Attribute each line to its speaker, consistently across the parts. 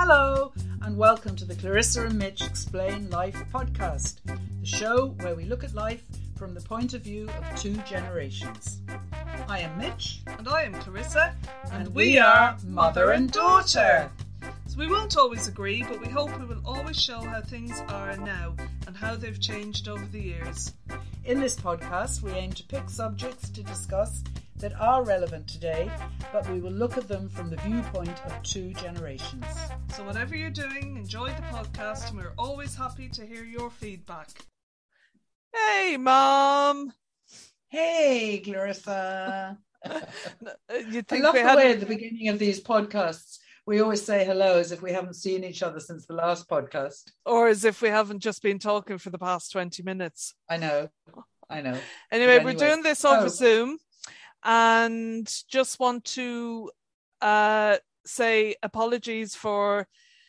Speaker 1: Hello, and welcome to the Clarissa and Mitch Explain Life podcast, the show where we look at life from the point of view of two generations. I am Mitch,
Speaker 2: And I am Clarissa, and, we are mother and daughter. So we won't always agree, but we hope we will always show how things are now and how they've changed over the years.
Speaker 1: In this podcast, we aim to pick subjects to discuss that are relevant today, but we will look at them from the viewpoint of two generations.
Speaker 2: So whatever you're doing, enjoy the podcast, and we're always happy to hear your feedback. Hey, mom.
Speaker 1: Hey, Clarissa.
Speaker 2: Uh, You
Speaker 1: I love the way at the beginning of these podcasts we always say hello as if we haven't seen each other since the last podcast.
Speaker 2: or as if we haven't just been talking for the past twenty minutes.
Speaker 1: I know, I know.
Speaker 2: Anyway,
Speaker 1: But
Speaker 2: we're
Speaker 1: anyway,
Speaker 2: doing this over
Speaker 1: oh.
Speaker 2: Zoom and just want to uh, say apologies for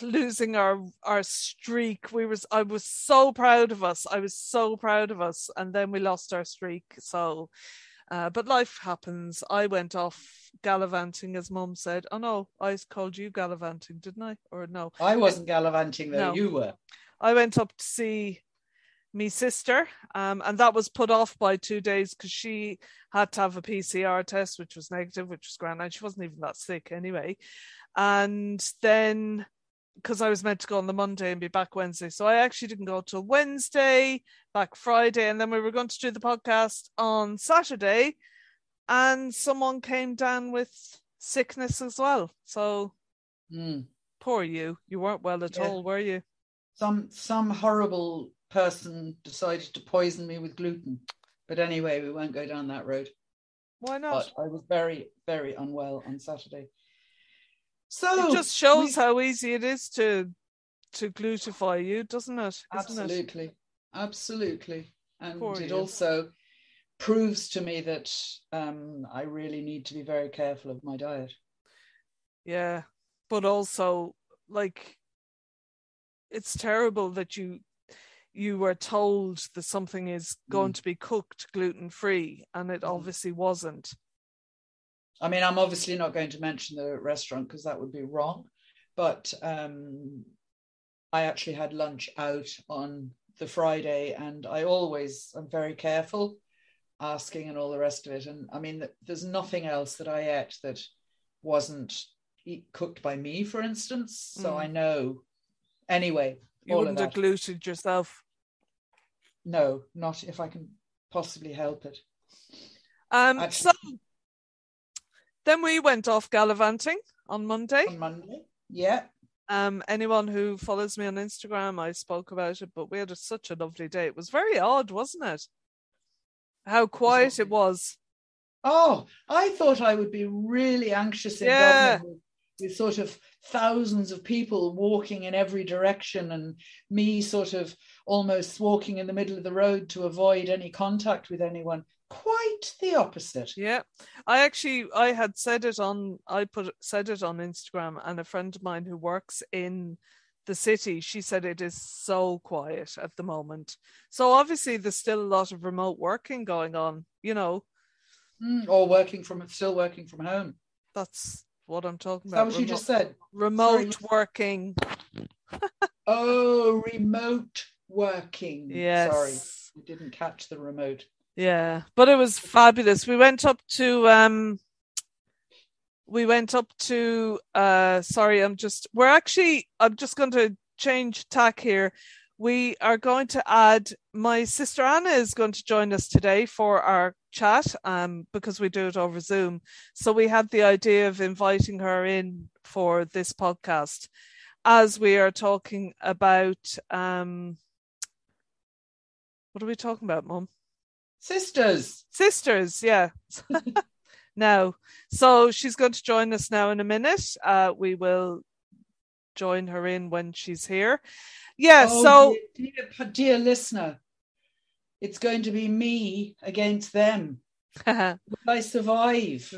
Speaker 2: losing our our streak. We was I was so proud of us. I was so proud of us and then we lost our streak. So uh, but life happens. I went off gallivanting as mum said. Oh no, I called you gallivanting, didn't I? Or no.
Speaker 1: I wasn't gallivanting though;
Speaker 2: No.
Speaker 1: you were.
Speaker 2: I went up to see me sister, um, and that was put off by two days because she had to have a PCR test, which was negative, which was grand, and she wasn't even that sick anyway. And then because I was meant to go on the Monday and be back Wednesday, so I actually didn't go till Wednesday, back Friday, and then we were going to do the podcast on Saturday, and someone came down with sickness as well. So
Speaker 1: Mm.
Speaker 2: poor you, you weren't well at
Speaker 1: Yeah.
Speaker 2: all, were you?
Speaker 1: Some some horrible person decided to poison me with gluten. But anyway, we won't go down that road.
Speaker 2: Why not?
Speaker 1: But I was very very unwell on Saturday. So
Speaker 2: it just shows
Speaker 1: Oh, we-
Speaker 2: how easy it is to to glutify you, doesn't it? Isn't it?
Speaker 1: absolutely, absolutely, and
Speaker 2: Poor
Speaker 1: it
Speaker 2: you.
Speaker 1: also proves to me that um, I really need to be very careful of my diet.
Speaker 2: Yeah. But also like it's terrible that you you were told that something is going to be cooked gluten free and it
Speaker 1: Mm.
Speaker 2: obviously wasn't.
Speaker 1: I mean, I'm obviously not going to mention the restaurant because that would be wrong, but um, I actually had lunch out on the Friday, and I always am very careful asking and all the rest of it. And I mean, th- there's nothing else that I ate that wasn't eat, cooked by me, for instance. So
Speaker 2: Mm.
Speaker 1: I know. Anyway,
Speaker 2: You
Speaker 1: All of
Speaker 2: wouldn't have
Speaker 1: that.
Speaker 2: gluted yourself.
Speaker 1: no, not if I can possibly help it.
Speaker 2: Um
Speaker 1: Actually-
Speaker 2: so then we went off gallivanting on Monday.
Speaker 1: On Monday, yeah,
Speaker 2: Um, anyone who follows me on Instagram, I spoke about it, but we had a, such a lovely day. It was very odd, wasn't it? How quiet it
Speaker 1: lovely.
Speaker 2: was.
Speaker 1: Oh, I thought I would be really anxious in
Speaker 2: Yeah.
Speaker 1: Dublin with, with sort of thousands of people walking in every direction and me sort of almost walking in the middle of the road to avoid any contact with anyone. Quite the opposite.
Speaker 2: Yeah, I actually I had said it on I put said it on Instagram, and a friend of mine who works in the city, she said it is so quiet at the moment. So obviously, there's still a lot of remote working going on. You know,
Speaker 1: Mm, or working from still working from home.
Speaker 2: that's what I'm talking
Speaker 1: Is that
Speaker 2: about.
Speaker 1: what you just said?
Speaker 2: remote
Speaker 1: Sorry.
Speaker 2: working.
Speaker 1: Oh, remote working.
Speaker 2: Yes.
Speaker 1: Sorry, I didn't catch the remote.
Speaker 2: Yeah, but it was fabulous. We went up to um we went up to uh sorry, I'm just we're actually I'm just going to change tack here. We are going to add my sister Anna is going to join us today for our chat um because we do it over Zoom. So we had the idea of inviting her in for this podcast as we are talking about um what are we talking about, mum?
Speaker 1: Sisters.
Speaker 2: sisters yeah now so she's going to join us now in a minute uh we will join her in when she's here yeah
Speaker 1: Oh,
Speaker 2: so
Speaker 1: dear, dear, dear listener, it's going to be me against them. Will I survive?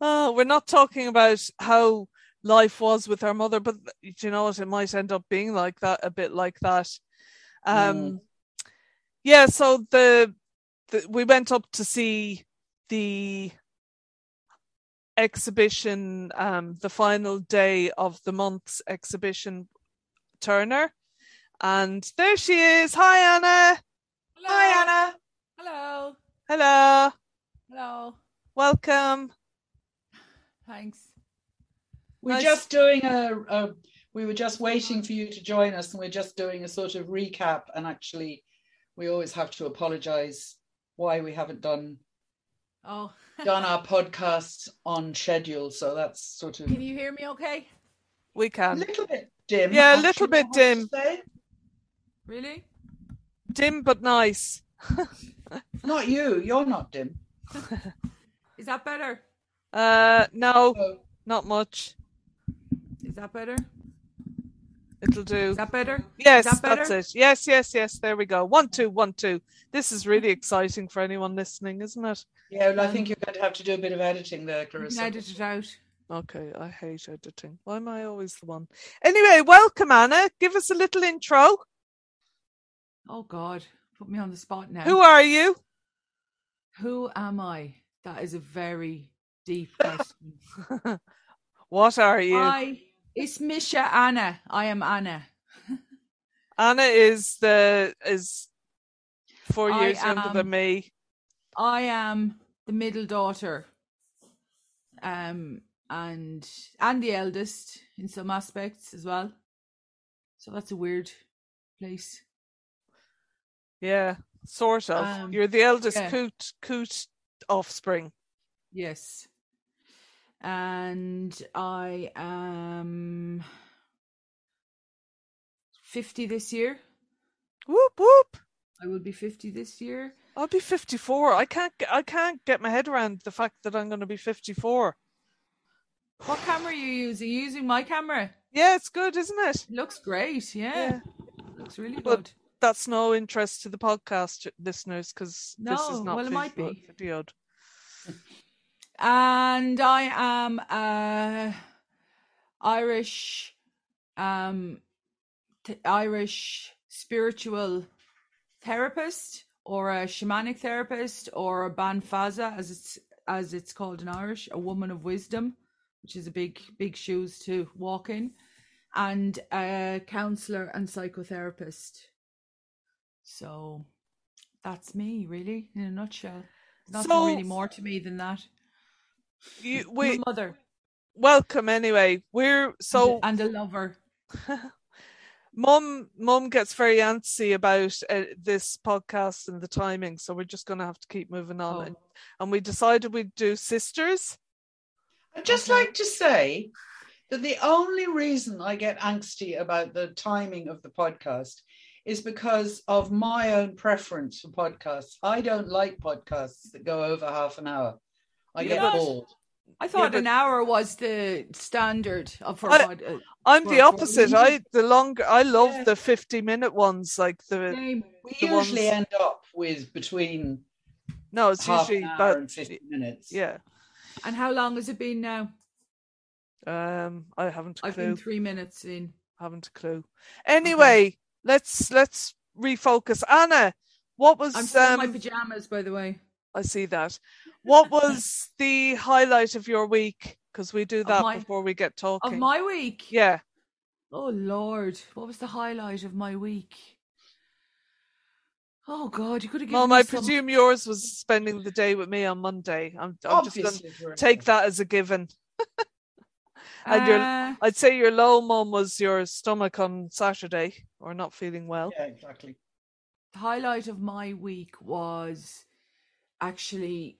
Speaker 2: oh, we're not talking about how life was with her mother but do you know what it might end up being like that a bit like that um yeah so the, the we went up to see the exhibition, um, the final day of the month's exhibition, Turner. And there she is. Hi, Anna.
Speaker 3: Hello.
Speaker 2: Hi, Anna.
Speaker 3: Hello.
Speaker 2: Hello.
Speaker 3: Hello.
Speaker 2: Welcome.
Speaker 3: Thanks.
Speaker 1: We're
Speaker 2: Nice.
Speaker 1: just doing a, a. We were just waiting for you to join us, and we're just doing a sort of recap. And actually, we always have to apologise why we haven't done
Speaker 3: Oh.
Speaker 1: done our podcasts on schedule. So that's sort of
Speaker 3: Can you hear me okay?
Speaker 2: We
Speaker 1: a
Speaker 2: can.
Speaker 1: little bit dim.
Speaker 2: Yeah, a little
Speaker 1: actually,
Speaker 2: bit
Speaker 1: I have to
Speaker 2: dim.
Speaker 1: say.
Speaker 3: Really?
Speaker 2: Dim but nice.
Speaker 1: Not you. You're not dim.
Speaker 3: Is that better?
Speaker 2: Uh, no,
Speaker 1: Oh,
Speaker 2: not much.
Speaker 3: Is that better?
Speaker 2: It'll do.
Speaker 3: Is that better?
Speaker 2: Yes,
Speaker 3: Is that better?
Speaker 2: that's it. Yes, yes, yes. There we go. One, two, one, two. This is really exciting for anyone listening, isn't it?
Speaker 1: yeah. Well, I think you're going to have to do a bit of editing there,
Speaker 3: You
Speaker 1: Clarissa.
Speaker 3: can edit it out.
Speaker 2: Okay, I hate editing. Why am I always the one? Anyway, welcome, Anna. Give us a little intro.
Speaker 3: Oh God. Put me on the spot now.
Speaker 2: Who are you?
Speaker 3: Who am I? That is a very deep question.
Speaker 2: what are you?
Speaker 3: I it's Misha Anna. I am Anna.
Speaker 2: Anna is the is four
Speaker 3: I
Speaker 2: years younger than
Speaker 3: am-
Speaker 2: me.
Speaker 3: I am the middle daughter. Um and and the eldest in some aspects as well. So that's a weird place.
Speaker 2: Yeah, sort of.
Speaker 3: Um,
Speaker 2: You're the eldest
Speaker 3: yeah.
Speaker 2: coot coot offspring.
Speaker 3: Yes. And I am 50 this year.
Speaker 2: Whoop whoop.
Speaker 3: I will be 50 this year.
Speaker 2: I'll be fifty four. I can't g- I can't get my head around the fact that I'm going to be fifty four.
Speaker 3: What camera are you using? Are you using my camera?
Speaker 2: Yeah, it's good, isn't it?
Speaker 3: It looks great. Yeah. Looks really
Speaker 2: Well,
Speaker 3: good.
Speaker 2: That's no interest to the podcast listeners because this is
Speaker 3: No,
Speaker 2: not
Speaker 3: well, it might
Speaker 2: visual-
Speaker 3: be.
Speaker 2: videoed.
Speaker 3: And I am a Irish um th- Irish spiritual therapist or a shamanic therapist or a banfaza as it's as it's called in Irish, a woman of wisdom, which is a big big shoes to walk in, and a counselor and psychotherapist. So that's me really in a nutshell. Nothing
Speaker 2: So-
Speaker 3: really more to me than that.
Speaker 2: You,
Speaker 3: I'm a
Speaker 2: we
Speaker 3: mother
Speaker 2: welcome anyway. We're so
Speaker 3: and a lover.
Speaker 2: Mum, mum gets very antsy about uh, this podcast and the timing, so we're just going to have to keep moving on.
Speaker 3: Oh.
Speaker 2: And, and we decided we'd do sisters.
Speaker 1: I'd just
Speaker 3: Okay.
Speaker 1: like to say that the only reason I get angsty about the timing of the podcast is because of my own preference for podcasts. I don't like podcasts that go over half an hour. I
Speaker 3: You
Speaker 1: get
Speaker 3: don't?
Speaker 1: bored.
Speaker 3: I thought
Speaker 2: but-
Speaker 3: an hour was the standard of her
Speaker 2: I-
Speaker 3: bod- uh,
Speaker 2: I'm the
Speaker 3: Well, for
Speaker 2: opposite.
Speaker 3: me-
Speaker 2: I the longer I love
Speaker 1: Yeah.
Speaker 2: the fifty minute ones, like the
Speaker 3: name.
Speaker 1: We
Speaker 2: The ones-
Speaker 1: usually end up with between
Speaker 2: no, it's
Speaker 1: half
Speaker 2: usually
Speaker 1: an hour
Speaker 2: about
Speaker 1: and 50 minutes.
Speaker 2: yeah.
Speaker 3: And how long has it been now?
Speaker 2: Um, I haven't a
Speaker 3: I've
Speaker 2: clue.
Speaker 3: been three minutes in.
Speaker 2: haven't a clue. Anyway, let's let's refocus. Anna, what was
Speaker 3: I'm still in my
Speaker 2: um,
Speaker 3: pajamas, by the way.
Speaker 2: I see that. What was the highlight of your week? Because we do
Speaker 3: Of
Speaker 2: that
Speaker 3: my-
Speaker 2: before we get talking.
Speaker 3: Of my week.
Speaker 2: yeah.
Speaker 3: Oh Lord, what was the highlight of my week? Oh God, you could have given
Speaker 2: Mom,
Speaker 3: me
Speaker 2: I
Speaker 3: some.
Speaker 2: presume yours was spending the day with me on Monday. I'm, I'm just going
Speaker 1: Obviously,
Speaker 2: to
Speaker 1: Veronica.
Speaker 2: take that as a given. and your-
Speaker 3: Uh,
Speaker 2: I'd say your low, Mom, was your stomach on Saturday or not feeling well.
Speaker 1: Yeah, exactly.
Speaker 3: the highlight of my week was actually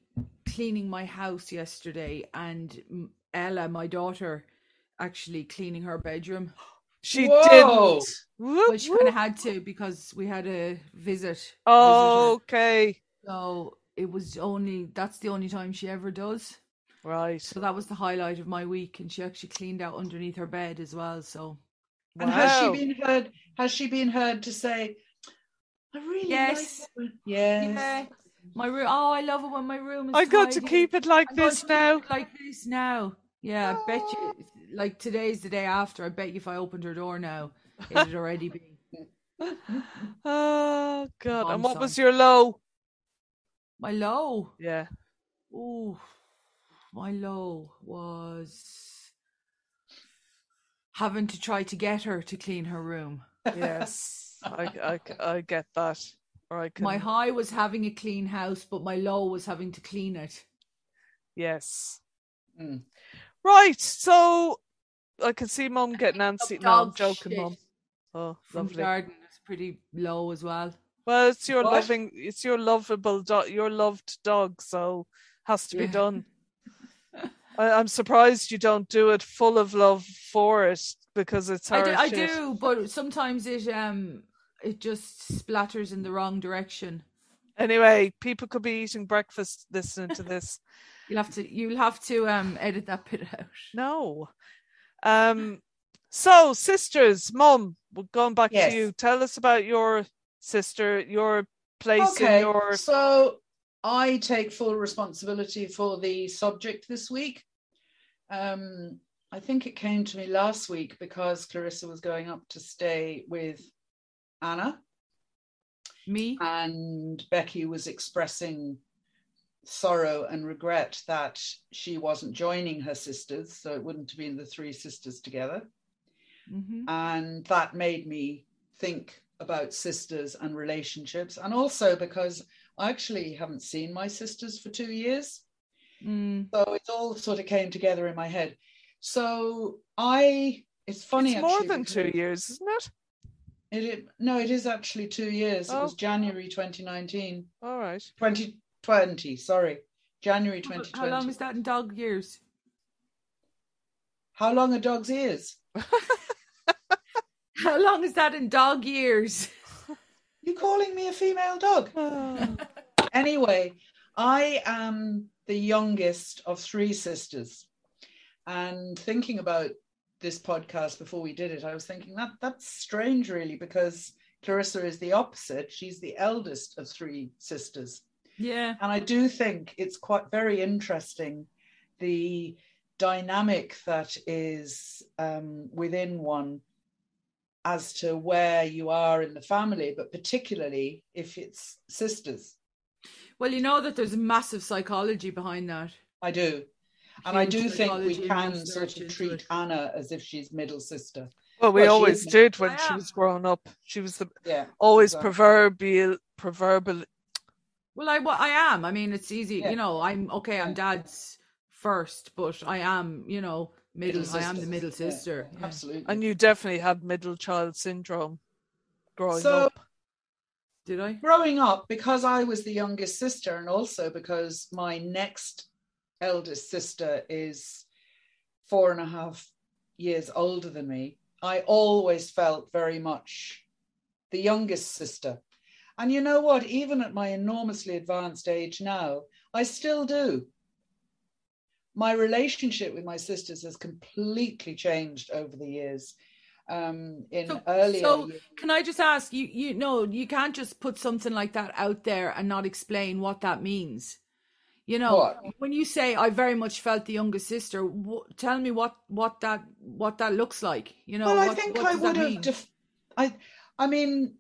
Speaker 3: cleaning my house yesterday, and mm, Ella, my daughter, actually cleaning her bedroom.
Speaker 2: She
Speaker 1: Whoa.
Speaker 2: didn't. Whoop,
Speaker 3: Well, she kind
Speaker 2: whoop.
Speaker 3: of had to because we had a visit.
Speaker 2: Oh,
Speaker 3: visitor.
Speaker 2: okay.
Speaker 3: so it was only that's the only time she ever does.
Speaker 2: Right.
Speaker 3: So that was the highlight of my week, and she actually cleaned out underneath her bed as well. So
Speaker 1: And has
Speaker 2: Wow.
Speaker 1: she been heard? Has she been heard to say, I really
Speaker 3: Yes.
Speaker 1: like it when-" Yes.
Speaker 3: my room. Oh, I love it when my room is.
Speaker 2: I got to
Speaker 3: tidy.
Speaker 2: keep it like
Speaker 3: I'm going
Speaker 2: this
Speaker 3: to keep
Speaker 2: now.
Speaker 3: it like this now. Yeah, I bet
Speaker 2: Oh.
Speaker 3: you. Like today's the day after. I bet you if I opened her door now, it'd already be.
Speaker 2: Oh God! and
Speaker 3: Bomb
Speaker 2: what was
Speaker 3: site.
Speaker 2: your low?
Speaker 3: My low.
Speaker 2: Yeah.
Speaker 3: Ooh, my low was having to try to get her to clean her room.
Speaker 2: Yes, I, I, I get that. Or I can.
Speaker 3: My high was having a clean house, but my low was having to clean it.
Speaker 2: Yes.
Speaker 1: Mm.
Speaker 2: Right. So I can see mum getting antsy. No, I'm
Speaker 3: dog
Speaker 2: joking,
Speaker 3: shit
Speaker 2: mum. Oh,
Speaker 3: From the
Speaker 2: lovely.
Speaker 3: garden is pretty low as well.
Speaker 2: Well, it's your
Speaker 1: What?
Speaker 2: loving, it's your lovable dog, your loved dog, so has to be
Speaker 3: Yeah.
Speaker 2: done. I, I'm surprised you don't do it full of love for it because it's
Speaker 3: I
Speaker 2: hard.
Speaker 3: do, I do, but sometimes it um it just splatters in the wrong direction.
Speaker 2: Anyway, people could be eating breakfast listening to this.
Speaker 3: You'll have to you'll have to um edit that bit out.
Speaker 2: No. Um. So, sisters, mum, we're going back
Speaker 1: Yes.
Speaker 2: to you. Tell us about your sister, your place,
Speaker 1: Okay,
Speaker 2: in your
Speaker 1: so I take full responsibility for the subject this week. Um, I think it came to me last week because Clarissa was going up to stay with Anna,
Speaker 3: Me?
Speaker 1: Uh, and Becky was expressing sorrow and regret that she wasn't joining her sisters, so it wouldn't have been the three sisters together
Speaker 3: Mm-hmm.
Speaker 1: and that made me think about sisters and relationships and also because i actually haven't seen my sisters for two years uh,
Speaker 3: Mm.
Speaker 1: so it all sort of came together in my head so i it's funny
Speaker 2: It's more
Speaker 1: actually,
Speaker 2: than
Speaker 1: because
Speaker 2: two years, isn't it?
Speaker 1: it, it- no it is actually two years it was
Speaker 2: Oh.
Speaker 1: january 2019
Speaker 2: All right.
Speaker 1: 2020 sorry january
Speaker 3: How-
Speaker 1: 2020
Speaker 3: How long is that in dog years?
Speaker 1: how long are dog's ears
Speaker 3: How long is that in dog years?
Speaker 1: you calling me a female dog anyway, I am the youngest of three sisters. And thinking about this podcast before we did it, I was thinking that that's strange, really, because Clarissa is the opposite. She's the eldest of three sisters.
Speaker 3: Yeah.
Speaker 1: And I do think it's quite very interesting the dynamic that is um, within one as to where you are in the family, but particularly if it's sisters.
Speaker 3: Well, you know that there's massive psychology behind that.
Speaker 1: I do. And I
Speaker 3: Huge
Speaker 1: do think
Speaker 3: psychology
Speaker 1: we
Speaker 3: and
Speaker 1: can
Speaker 3: research
Speaker 1: sort of
Speaker 3: into
Speaker 1: treat
Speaker 3: it.
Speaker 1: Anna as if she's middle sister.
Speaker 2: Well, we
Speaker 1: Well, she
Speaker 2: always
Speaker 1: is now.
Speaker 2: did when
Speaker 3: I
Speaker 2: she
Speaker 3: am.
Speaker 2: was growing up. She was the
Speaker 1: Yeah.
Speaker 2: always
Speaker 1: Exactly.
Speaker 2: proverbial proverbial.
Speaker 3: Well, I wa- I am. I mean, it's easy.
Speaker 1: Yeah.
Speaker 3: You know, I'm okay. I'm dad's first, but I am. You know, middle.
Speaker 1: Middle
Speaker 3: I am the
Speaker 1: sister.
Speaker 3: middle
Speaker 1: Yeah.
Speaker 3: sister. Yeah.
Speaker 1: Absolutely.
Speaker 2: And you definitely had middle child syndrome growing
Speaker 1: So-
Speaker 2: up.
Speaker 3: Did I?
Speaker 1: growing up, because I was the youngest sister, and also because my next eldest sister is four and a half years older than me, I always felt very much the youngest sister. And you know what? Even at my enormously advanced age now, I still do. My relationship with my sisters has completely changed over the years. Um, in
Speaker 3: So-
Speaker 1: earlier
Speaker 3: so
Speaker 1: years-
Speaker 3: Can I just ask you? You know, you can't just put something like that out there and not explain what that means. You know,
Speaker 1: What?
Speaker 3: when you say I very much felt the younger sister, wh- tell me what what that what that looks like. You know,
Speaker 1: well, I
Speaker 3: what-
Speaker 1: think
Speaker 3: what
Speaker 1: I
Speaker 3: does that
Speaker 1: would have.
Speaker 3: mean?
Speaker 1: Def- I, I mean,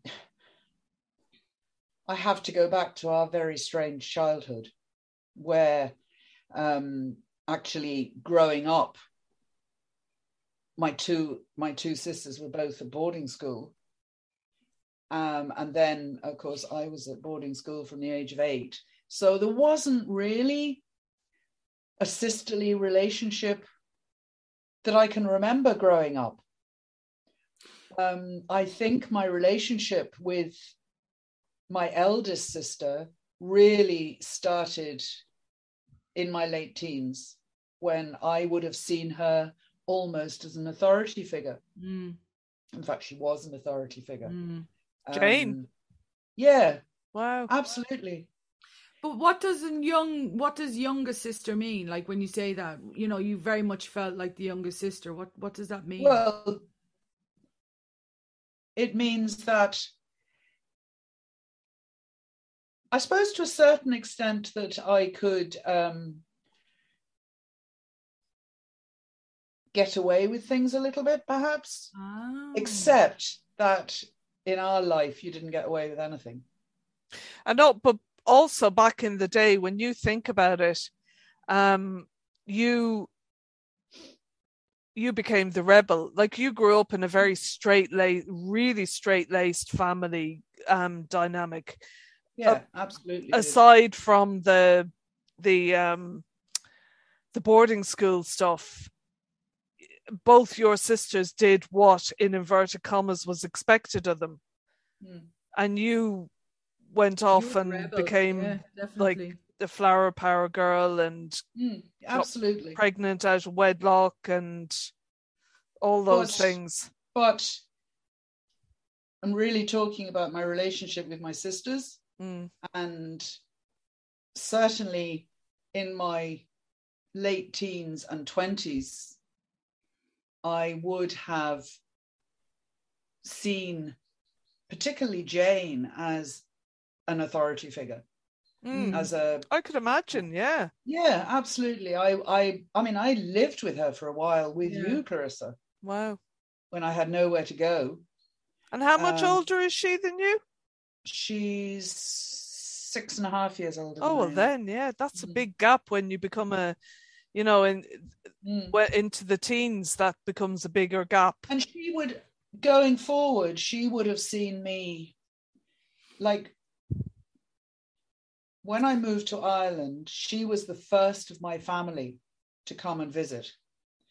Speaker 1: I have to go back to our very strange childhood, where um, actually growing up, my two my two sisters were both at boarding school, um, and then of course I was at boarding school from the age of eight. So there wasn't really a sisterly relationship that I can remember growing up um, I think my relationship with my eldest sister really started in my late teens when I would have seen her almost as an authority figure.
Speaker 3: Mm,
Speaker 1: In fact, she was an authority figure.
Speaker 3: mm.
Speaker 2: Jane?
Speaker 1: Um, yeah,
Speaker 2: Wow.
Speaker 1: absolutely.
Speaker 3: But what does a young what does younger sister mean? Like when you say that, you know, you very much felt like the younger sister. What what does that mean?
Speaker 1: Well, it means that I suppose to a certain extent that I could um, get away with things a little bit, perhaps,
Speaker 3: Oh.
Speaker 1: except that in our life you didn't get away with anything.
Speaker 2: I know, but also back in the day, when you think about it, um, you you became the rebel like you grew up in a very straight laced really straight laced family um dynamic
Speaker 1: yeah absolutely
Speaker 2: aside from the the um the boarding school stuff both your sisters did what in inverted commas was expected of them
Speaker 1: Hmm.
Speaker 2: and you went
Speaker 3: You
Speaker 2: off
Speaker 3: were a
Speaker 2: and
Speaker 3: rebel,
Speaker 2: became
Speaker 3: yeah,
Speaker 2: like-
Speaker 3: definitely.
Speaker 2: the flower power girl and
Speaker 1: Mm, absolutely
Speaker 2: pregnant out of wedlock and all those
Speaker 1: But-
Speaker 2: things
Speaker 1: but i'm really talking about my relationship with my sisters
Speaker 2: Mm,
Speaker 1: and certainly in my late teens and 20s i would have seen particularly jane as an authority figure
Speaker 2: mm.
Speaker 1: as a
Speaker 2: i could imagine yeah
Speaker 1: yeah absolutely i i i mean i lived with her for a while with
Speaker 3: Yeah.
Speaker 1: you clarissa
Speaker 2: wow
Speaker 1: when i had nowhere to go
Speaker 2: and how much
Speaker 1: Um,
Speaker 2: older is she than you
Speaker 1: she's six and a half years older
Speaker 2: oh well
Speaker 1: than I am.
Speaker 2: then yeah that's a
Speaker 1: Mm.
Speaker 2: big gap when you become a you know in
Speaker 1: Mm.
Speaker 2: well, into the teens that becomes a bigger gap
Speaker 1: And she would, going forward, she would have seen me like when I moved to Ireland, she was the first of my family to come and visit.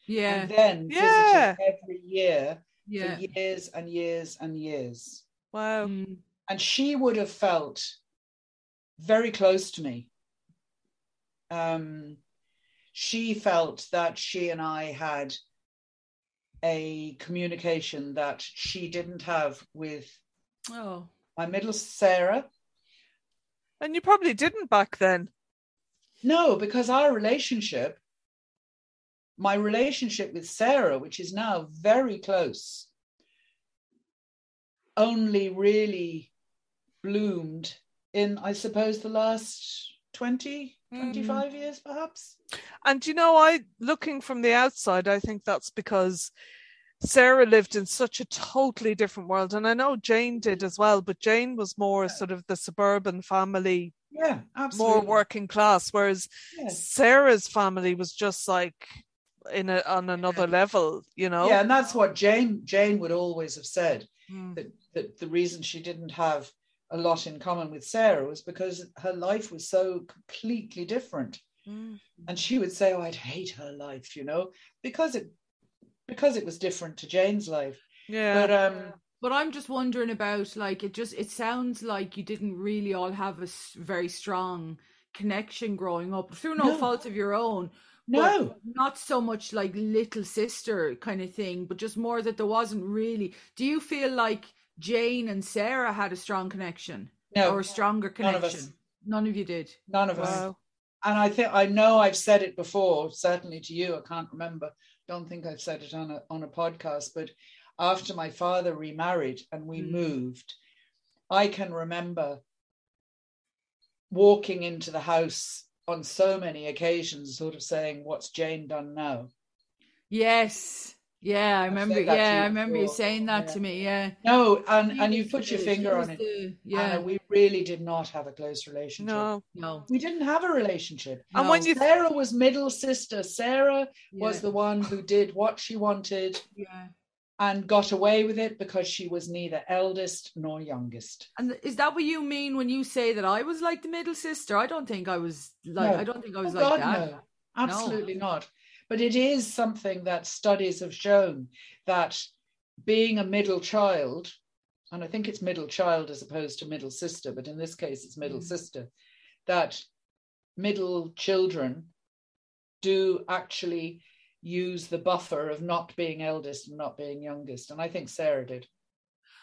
Speaker 3: Yeah,
Speaker 1: And then
Speaker 2: Yeah.
Speaker 1: visited every year
Speaker 3: yeah.
Speaker 1: for years and years and years.
Speaker 2: wow
Speaker 3: Mm.
Speaker 1: And she would have felt very close to me. Um, she felt that she and I had a communication that she didn't have with
Speaker 3: Oh,
Speaker 1: my middle Sarah.
Speaker 2: and you probably didn't back then
Speaker 1: No, because our relationship, my relationship with Sarah, which is now very close, only really bloomed in, I suppose, the last 20,
Speaker 2: Mm.
Speaker 1: 25 years, perhaps.
Speaker 2: And you know, I looking from the outside, I think that's because Sarah lived in such a totally different world. And I know Jane did as well, but Jane was more sort of the suburban family,
Speaker 1: Yeah, absolutely.
Speaker 2: more working class, whereas
Speaker 1: Yeah.
Speaker 2: Sarah's family was just like in a, on another level, you know?
Speaker 1: Yeah, and that's what Jane Jane would always have said
Speaker 2: Mm.
Speaker 1: that, that the reason she didn't have a lot in common with Sarah was because her life was so completely different.
Speaker 2: Mm.
Speaker 3: um,
Speaker 1: And she would say, "Oh, I'd hate her life," you know, because it because it was different to Jane's life.
Speaker 2: Yeah.
Speaker 1: But um,
Speaker 3: but I'm just wondering about like it. Just it sounds like you didn't really all have a s- very strong connection growing up through no,
Speaker 1: No.
Speaker 3: fault of your own. but
Speaker 1: no,
Speaker 3: not so much like little sister kind of thing, but just more that there wasn't really. Do you feel like Jane and Sarah had a strong connection
Speaker 1: no,
Speaker 3: or a stronger
Speaker 1: none
Speaker 3: connection?
Speaker 1: of us,
Speaker 3: None of you did.
Speaker 1: none of us.
Speaker 2: wow.
Speaker 1: and I think I know I've said it before, certainly to you. I can't remember. Don't think I've said it on a on a podcast, but after my father remarried and we
Speaker 3: Mm.
Speaker 1: moved, I can remember walking into the house on so many occasions, sort of saying, "What's Jane done now?"
Speaker 3: Yes. Yeah, I remember.
Speaker 1: that to
Speaker 3: Yeah,
Speaker 1: you
Speaker 3: I remember you
Speaker 1: before.
Speaker 3: saying that
Speaker 1: Yeah.
Speaker 3: to me. Yeah.
Speaker 1: No, and and
Speaker 3: She
Speaker 1: you
Speaker 3: was
Speaker 1: put your
Speaker 3: the-
Speaker 1: finger
Speaker 3: she
Speaker 1: on
Speaker 3: was
Speaker 1: it.
Speaker 3: the-
Speaker 1: Anna,
Speaker 3: yeah.
Speaker 1: we really did not have a close relationship.
Speaker 2: No.
Speaker 3: No.
Speaker 1: We didn't have a relationship.
Speaker 2: And when
Speaker 3: no,
Speaker 2: you
Speaker 1: Sarah was middle sister. Sarah was
Speaker 3: yeah,
Speaker 1: the one who did what she wanted.
Speaker 3: yeah.
Speaker 1: and got away with it because she was neither eldest nor youngest.
Speaker 3: And is that what you mean when you say that I was like the middle sister? I don't think I was like.
Speaker 1: No.
Speaker 3: I don't think I
Speaker 1: Oh
Speaker 3: was
Speaker 1: God,
Speaker 3: like that.
Speaker 1: no, absolutely not. But it is something that studies have shown that being a middle child, and I think it's middle child as opposed to middle sister, but in this case it's middle
Speaker 3: Mm.
Speaker 1: sister, that middle children do actually use the buffer of not being eldest and not being youngest. And I think Sarah did.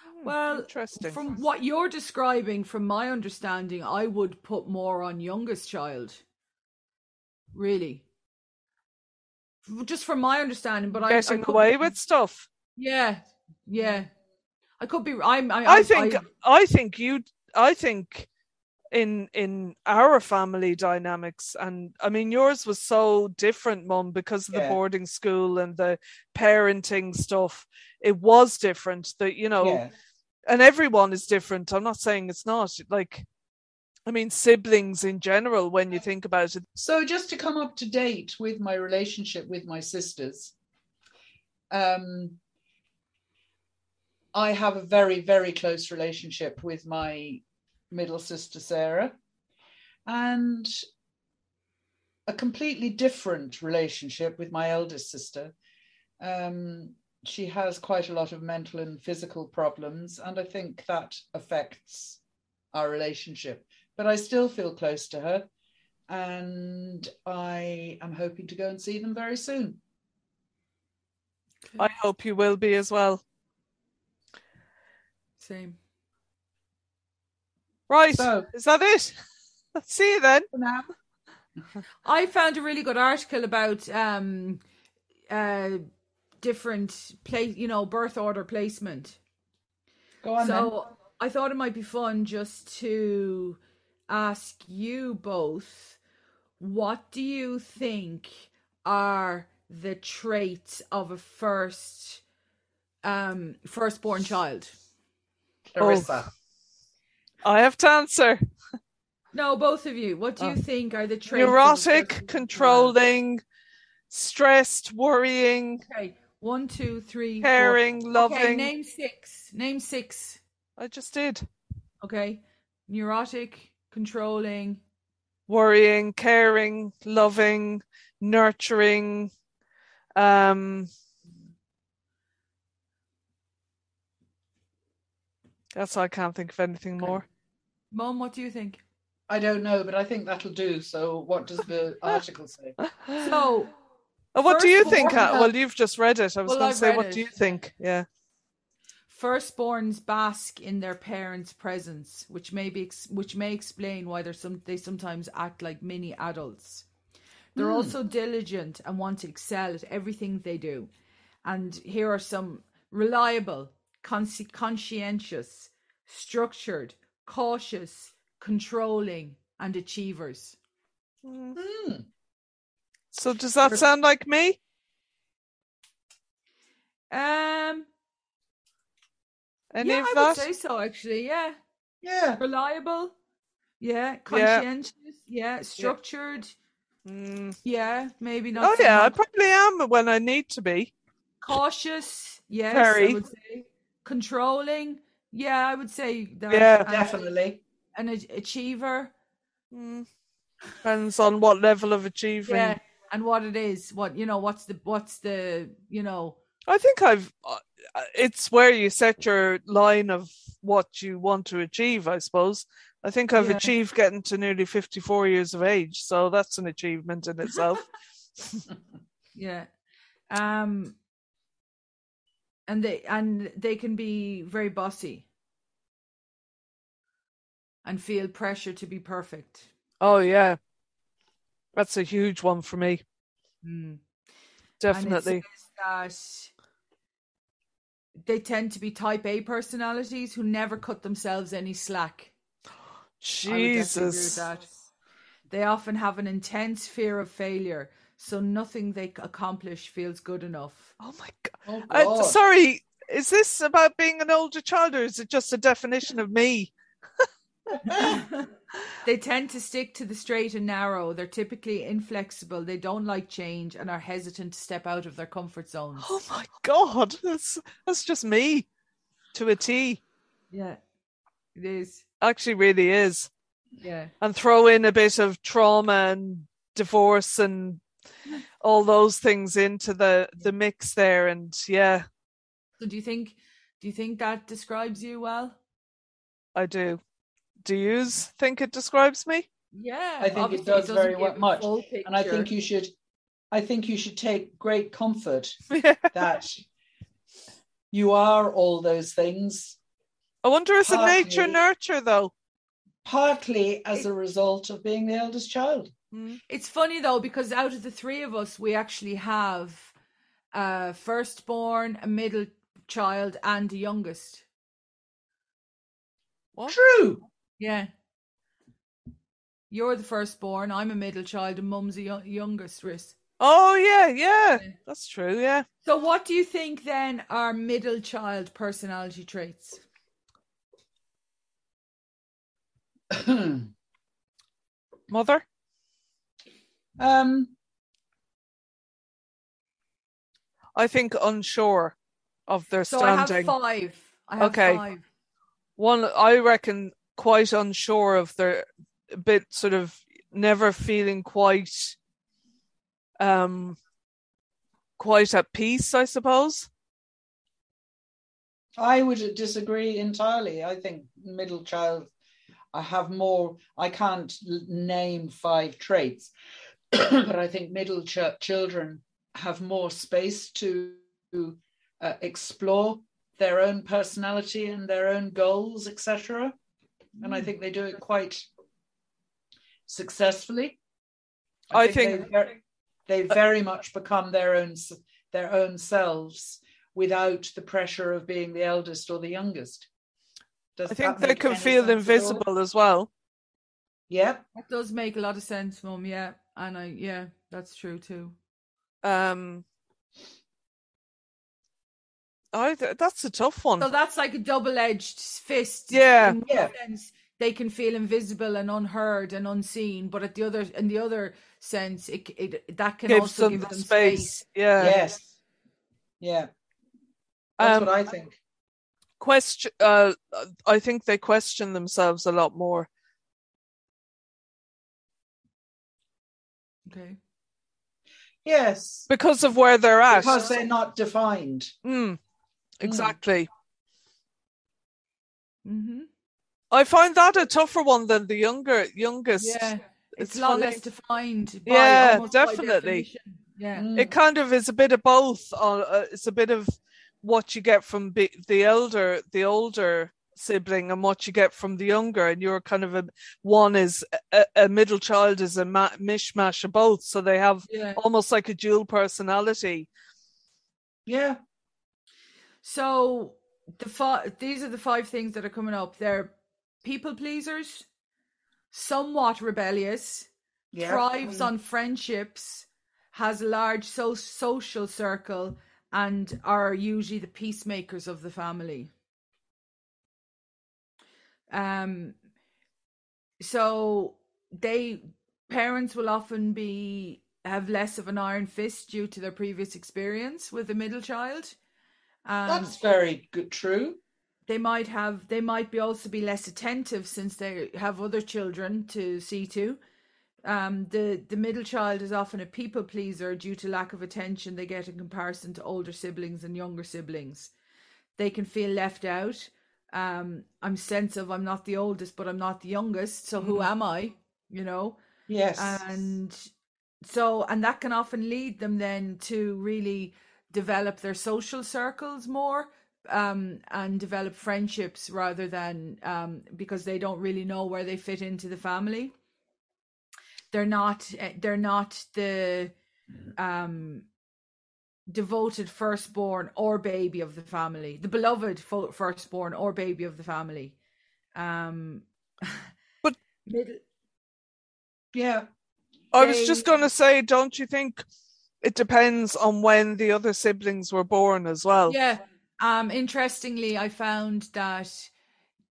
Speaker 2: Hmm,
Speaker 3: Well,
Speaker 2: interesting.
Speaker 3: From what you're describing, from my understanding, I would put more on youngest child. Really. Just from my understanding, but I- I,
Speaker 2: Getting
Speaker 3: could-
Speaker 2: away with stuff.
Speaker 3: Yeah, yeah. I could be. I'm. I,
Speaker 2: I think I think you I think in in our family dynamics and I mean yours was so different mum because of the
Speaker 1: Yeah.
Speaker 2: boarding school and the parenting stuff it was
Speaker 3: Oh,
Speaker 2: different that you know
Speaker 1: Yeah.
Speaker 2: and everyone is different I'm not saying it's not like I mean, siblings in general, when you think about it.
Speaker 1: So, just to come up to date with my relationship with my sisters, um, I have a very, very close relationship with my middle sister, Sarah, and a completely different relationship with my eldest sister. Um, she has quite a lot of mental and physical problems, and I think that affects our relationship. But I still feel close to her, and I am hoping to go and see them very soon.
Speaker 2: I hope you will be as well.
Speaker 3: Same.
Speaker 2: Right.
Speaker 1: So-
Speaker 2: Is that it? See you then.
Speaker 1: For now,
Speaker 3: I found a really good article about um uh different place you know birth order placement.
Speaker 1: go on. then.
Speaker 3: so I thought it might be fun just to ask you both what do you think are the traits of a first um firstborn child?
Speaker 2: Oh.
Speaker 1: Larissa.
Speaker 2: I have to answer.
Speaker 3: No, both of you. What do you
Speaker 2: Oh.
Speaker 3: think are the traits? of a
Speaker 2: Neurotic,
Speaker 3: firstborn
Speaker 2: controlling, stressed, worrying,
Speaker 3: child? Okay. One, two, three, four.
Speaker 2: caring,
Speaker 3: Okay,
Speaker 2: loving.
Speaker 3: name six. Name six.
Speaker 2: I just did.
Speaker 3: Okay. Neurotic, controlling.
Speaker 2: Worrying, caring, loving, nurturing. Um, that's I can't think of anything more.
Speaker 3: Mom, what do you think?
Speaker 1: I don't know, but I think that'll do. So, what does the article say?
Speaker 3: So,
Speaker 2: Oh, what do you
Speaker 3: First
Speaker 2: think?
Speaker 3: born
Speaker 2: Kat?
Speaker 3: child-
Speaker 2: Well, you've just read it. I was
Speaker 3: Well,
Speaker 2: going
Speaker 3: I've
Speaker 2: to say,
Speaker 3: read
Speaker 2: what
Speaker 3: it,
Speaker 2: do you
Speaker 3: yeah.
Speaker 2: think? Yeah.
Speaker 3: firstborns bask in their parents' presence, which may be ex- which may explain why they're some they sometimes act like mini adults. They're
Speaker 2: Hmm.
Speaker 3: also diligent and want to excel at everything they do. And here are some reliable, consci- conscientious, structured, cautious, controlling, and achievers. Mm.
Speaker 1: Hmm.
Speaker 2: So does that sound like me?
Speaker 3: Um,
Speaker 2: Any
Speaker 3: yeah,
Speaker 2: of
Speaker 3: I
Speaker 2: that?
Speaker 3: would say so. Actually, yeah,
Speaker 1: Yeah.
Speaker 3: reliable, yeah, conscientious, yeah, structured,
Speaker 2: Mm.
Speaker 3: yeah, maybe not.
Speaker 2: Oh yeah, I
Speaker 3: somehow
Speaker 2: probably am when I need to be.
Speaker 3: cautious, yes,
Speaker 2: Very.
Speaker 3: I would say controlling, yeah, I would say that.
Speaker 2: Yeah.
Speaker 3: and
Speaker 1: Definitely.
Speaker 3: an ach- achiever,
Speaker 2: Mm. Depends on what level of achieving.
Speaker 3: yeah, and what it is, what you know, what's the what's the you know,
Speaker 2: I think I've. uh, It's where you set your line of what you want to achieve. I suppose. I think I've
Speaker 3: Yeah.
Speaker 2: achieved getting to nearly fifty-four years of age, so that's an achievement in itself.
Speaker 3: yeah, um, and they and they can be very bossy and feel pressure to be perfect.
Speaker 2: oh yeah, that's a huge one for me.
Speaker 3: Mm. And it
Speaker 2: Definitely.
Speaker 3: says that they tend to be type A personalities who never cut themselves any slack. I would definitely agree with
Speaker 2: Jesus.
Speaker 3: that. They often have an intense fear of failure, so nothing they c- accomplish feels good enough.
Speaker 2: Oh my god.
Speaker 1: Oh,
Speaker 2: Uh,
Speaker 1: God.
Speaker 2: sorry, is this about being an older child or is it just a definition of me?
Speaker 3: they tend to stick to the straight and narrow. They're typically inflexible. They don't like change and are hesitant to step out of their comfort zones.
Speaker 2: Oh my god, that's that's just me to a T.
Speaker 3: Yeah, it is.
Speaker 2: Actually, really is.
Speaker 3: Yeah.
Speaker 2: And throw in a bit of trauma and divorce and all those things into the the mix there. And yeah,
Speaker 3: So do you think? Do you think that describes you well?
Speaker 2: I do. Do you think it describes me?
Speaker 3: Yeah,
Speaker 1: I think it
Speaker 3: obviously
Speaker 1: does
Speaker 3: doesn't
Speaker 1: very
Speaker 3: give
Speaker 1: well-
Speaker 3: a
Speaker 1: much,
Speaker 3: full
Speaker 1: and I think
Speaker 3: picture.
Speaker 1: you should. I think you should take great comfort
Speaker 2: Yeah.
Speaker 1: that you are all those things,
Speaker 2: I wonder is it
Speaker 1: Partly.
Speaker 2: nature nurture though?
Speaker 1: partly as a result of being the eldest child.
Speaker 3: It's funny though because out of the three of us, we actually have a firstborn, a middle child, and the youngest.
Speaker 2: What?
Speaker 1: True.
Speaker 3: Yeah. You're the firstborn. I'm a middle child, and Mum's the yo- youngest. Riz.
Speaker 2: Oh yeah, yeah.
Speaker 3: Yeah.
Speaker 2: That's true, yeah.
Speaker 3: So, what do you think then are middle child personality traits?
Speaker 2: mother?
Speaker 1: Um,
Speaker 2: I think unsure of their
Speaker 3: So I have
Speaker 2: standing.
Speaker 3: five. I have
Speaker 2: Okay.
Speaker 3: five.
Speaker 2: One, I reckon, quite unsure of their a bit, sort of never feeling quite, um, quite at peace. I suppose.
Speaker 1: I would disagree entirely. I think middle child, I have more, I can't l- name five traits, but I think middle ch- children have more space to uh, explore their own personality and their own goals, etc. And I think they do it quite successfully.
Speaker 2: I
Speaker 1: they
Speaker 2: think-
Speaker 1: very, they very much become their own s- their own selves without the pressure of being the eldest or the youngest. Does
Speaker 2: I think
Speaker 1: that
Speaker 2: they
Speaker 1: make
Speaker 2: can
Speaker 1: any
Speaker 2: feel
Speaker 1: sense at all?
Speaker 2: invisible as well.
Speaker 1: Yep.
Speaker 3: That does make a lot of sense, Mum. Yeah, and I yeah, that's true too.
Speaker 2: Um, I th- that's a tough one.
Speaker 3: So that's like a double-edged fist.
Speaker 2: Yeah.
Speaker 3: In one
Speaker 1: Yeah.
Speaker 3: sense, they can feel invisible and unheard and unseen, but at the other, in the other sense, it, it that can
Speaker 2: Gives
Speaker 3: also
Speaker 2: them
Speaker 3: give
Speaker 2: the
Speaker 3: them space.
Speaker 2: space. Yeah.
Speaker 1: Yes. Yeah. That's
Speaker 2: Um,
Speaker 1: what I think.
Speaker 2: question uh i think they question themselves a lot more
Speaker 3: Okay.
Speaker 1: Yes.
Speaker 2: because of where they're at
Speaker 1: Because they're not defined.
Speaker 2: Mm, exactly
Speaker 3: Mm-hmm.
Speaker 2: i find that a tougher one than the younger youngest
Speaker 3: Yeah, it's,
Speaker 2: it's
Speaker 3: a lot
Speaker 2: funny.
Speaker 3: less defined. By,
Speaker 2: Yeah,
Speaker 3: almost by
Speaker 2: definitely. Mm-hmm.
Speaker 3: definition. yeah.
Speaker 1: Mm.
Speaker 2: it kind of is a bit of both uh, uh, it's a bit of what you get from be- the elder the older sibling and what you get from the younger and you're kind of a one is a, a middle child is a ma- mishmash of both so they have
Speaker 3: Yeah.
Speaker 2: almost like a dual personality
Speaker 1: Yeah.
Speaker 3: So the fi- these are the five things that are coming up. They're people pleasers, somewhat rebellious,
Speaker 1: Yeah.
Speaker 3: thrives
Speaker 1: Mm.
Speaker 3: on friendships, has a large so- social circle, and are usually the peacemakers of the family. Um, so they parents will often be have less of an iron fist due to their previous experience with the middle child. Um,
Speaker 1: Mm, That's very good. True.
Speaker 3: they might have they might be also be less attentive since they have other children to see to um the the middle child is often a people pleaser due to lack of attention they get in comparison to older siblings and younger siblings they can feel left out um i'm sense of i'm not the oldest but i'm not the youngest so who
Speaker 2: Mhm.
Speaker 3: am i you know
Speaker 1: Yes.
Speaker 3: and so and that can often lead them then to really develop their social circles more um and develop friendships rather than um because they don't really know where they fit into the family they're not eh, they're not the um devoted firstborn or baby of the family the beloved fo- firstborn or baby of the family um
Speaker 2: But-
Speaker 3: middle
Speaker 1: yeah.
Speaker 2: I was
Speaker 3: They-
Speaker 2: just going to say, don't you think it depends on when the other siblings were born as well?
Speaker 3: Yeah. Um. Interestingly, I found that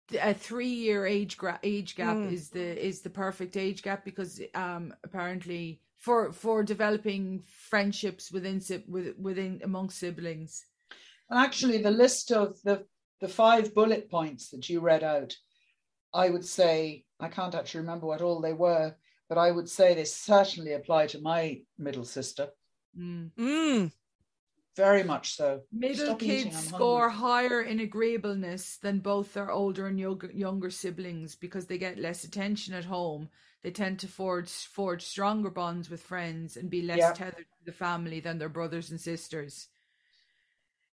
Speaker 3: th- a three-year age gra- age gap
Speaker 2: Mm.
Speaker 3: is the is the perfect age gap because um apparently for for developing friendships within si- with within amongst siblings.
Speaker 1: And actually, the list of the, the five bullet points that you read out, I would say, I can't actually remember what all they were, but I would say they certainly apply to my middle sister,
Speaker 3: Mm.
Speaker 2: Mm,
Speaker 1: very much so.
Speaker 3: Middle
Speaker 1: Stop eating,
Speaker 3: kids
Speaker 1: I'm
Speaker 3: score higher in agreeableness than both their older and younger, younger siblings because they get less attention at home. They tend to forge forge stronger bonds with friends and be less
Speaker 1: Yeah.
Speaker 3: tethered to the family than their brothers and sisters.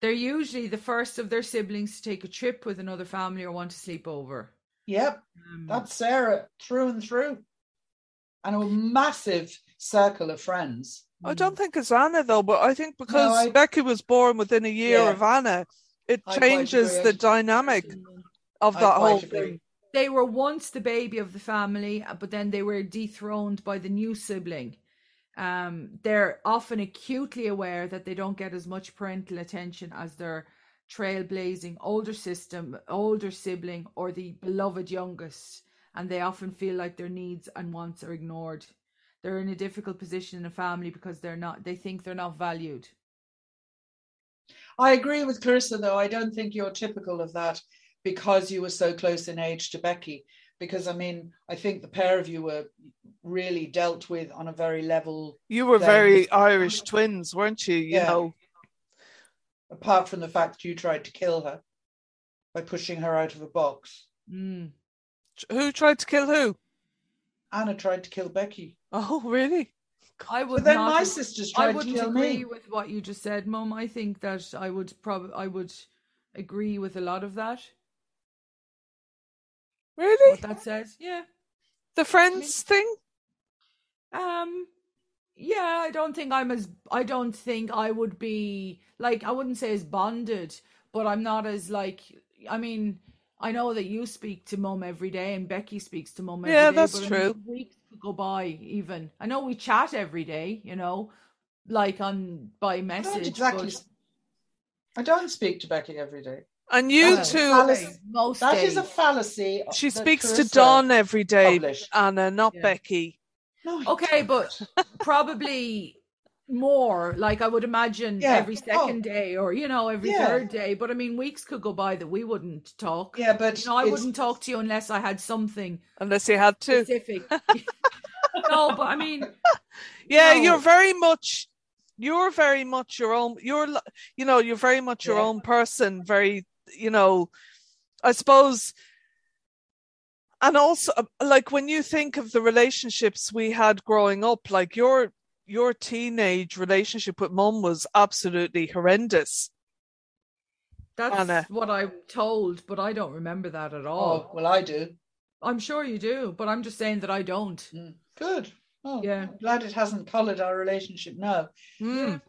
Speaker 3: They're usually the first of their siblings to take a trip with another family or want to sleep over.
Speaker 1: Yep,
Speaker 3: Um,
Speaker 1: that's Sarah through and through. And a massive circle of friends.
Speaker 2: I don't think it's Anna though, but I think because
Speaker 1: Hmm. I-
Speaker 2: Becky was born within a year
Speaker 1: Yeah.
Speaker 2: of Anna, it
Speaker 1: I quite
Speaker 2: changes
Speaker 1: agree.
Speaker 2: the dynamic of
Speaker 1: I
Speaker 2: that
Speaker 1: quite
Speaker 2: whole
Speaker 1: agree.
Speaker 2: thing.
Speaker 3: they were once the baby of the family, uh, but then they were dethroned by the new sibling. Um, they're often acutely aware that they don't get as much parental attention as their trailblazing older system, older sibling, or the beloved youngest, and they often feel like their needs and wants are ignored. They're in a difficult position in a family because they're not they think they're not valued.
Speaker 1: I agree with Carissa, though. I don't think you're typical of that because you were so close in age to Becky. Because I mean, I think the pair of you were really dealt with on a very level,
Speaker 2: You were
Speaker 1: Then-
Speaker 2: very Irish twins, weren't you? You
Speaker 1: Yeah.
Speaker 2: know,
Speaker 1: apart from the fact you tried to kill her by pushing her out of a box.
Speaker 3: Mm.
Speaker 2: who tried to kill who?
Speaker 1: Anna tried to kill Becky.
Speaker 2: Oh, really?
Speaker 3: I would
Speaker 1: But then
Speaker 3: not
Speaker 1: my
Speaker 3: ag-
Speaker 1: sisters
Speaker 3: I
Speaker 1: tried to
Speaker 3: wouldn't
Speaker 1: kill
Speaker 3: agree
Speaker 1: me.
Speaker 3: with what you just said, Mum. I think that I would probably I would agree with a lot of that.
Speaker 2: Really?
Speaker 3: What that says, yeah.
Speaker 2: The friends thing?
Speaker 3: Um, yeah, I don't think I'm as I don't think I would be like I wouldn't say as bonded, but I'm not as like I mean I know that you speak to mum every day and Becky speaks to mum every day.
Speaker 2: Yeah, that's
Speaker 3: but I
Speaker 2: true.
Speaker 3: mean, weeks could go by even. I know we chat every day, you know, like on by
Speaker 1: I don't
Speaker 3: message.
Speaker 1: exactly.
Speaker 3: but
Speaker 1: s- I don't speak to Becky every day.
Speaker 2: And you
Speaker 1: Oh,
Speaker 2: two,
Speaker 1: Alice-
Speaker 3: most
Speaker 1: That is a
Speaker 3: days.
Speaker 1: fallacy.
Speaker 2: she
Speaker 1: that
Speaker 2: speaks to
Speaker 1: Carissa
Speaker 2: Dawn every day,
Speaker 1: published.
Speaker 2: Anna, not
Speaker 3: Yeah.
Speaker 2: Becky.
Speaker 1: No, I
Speaker 3: Okay,
Speaker 1: don't.
Speaker 3: but probably more. Like I would imagine
Speaker 1: Yeah. Oh.
Speaker 3: every second day or you know every
Speaker 1: Yeah.
Speaker 3: third day. But I mean, weeks could go by that we wouldn't talk.
Speaker 1: yeah, but
Speaker 3: You know, I
Speaker 1: it's-
Speaker 3: wouldn't talk to you unless I had something
Speaker 2: Unless you had to.
Speaker 3: specific. no, but I mean,
Speaker 2: Yeah,
Speaker 3: No.
Speaker 2: you're very much you're very much your own you're li- you know, you're very much your
Speaker 1: Yeah.
Speaker 2: own person, very you know, I suppose and also uh, like when you think of the relationships we had growing up, like your your teenage relationship with mum was absolutely horrendous.
Speaker 3: that's
Speaker 2: Anna.
Speaker 3: what I'm told, but I don't remember that at
Speaker 1: Oh
Speaker 3: all.
Speaker 1: well, I do.
Speaker 3: I'm sure you do, but I'm just saying that I don't.
Speaker 1: Mm. Good. Oh,
Speaker 3: Yeah.
Speaker 1: I'm glad it hasn't coloured our relationship now.
Speaker 3: Hmm.
Speaker 2: Mm.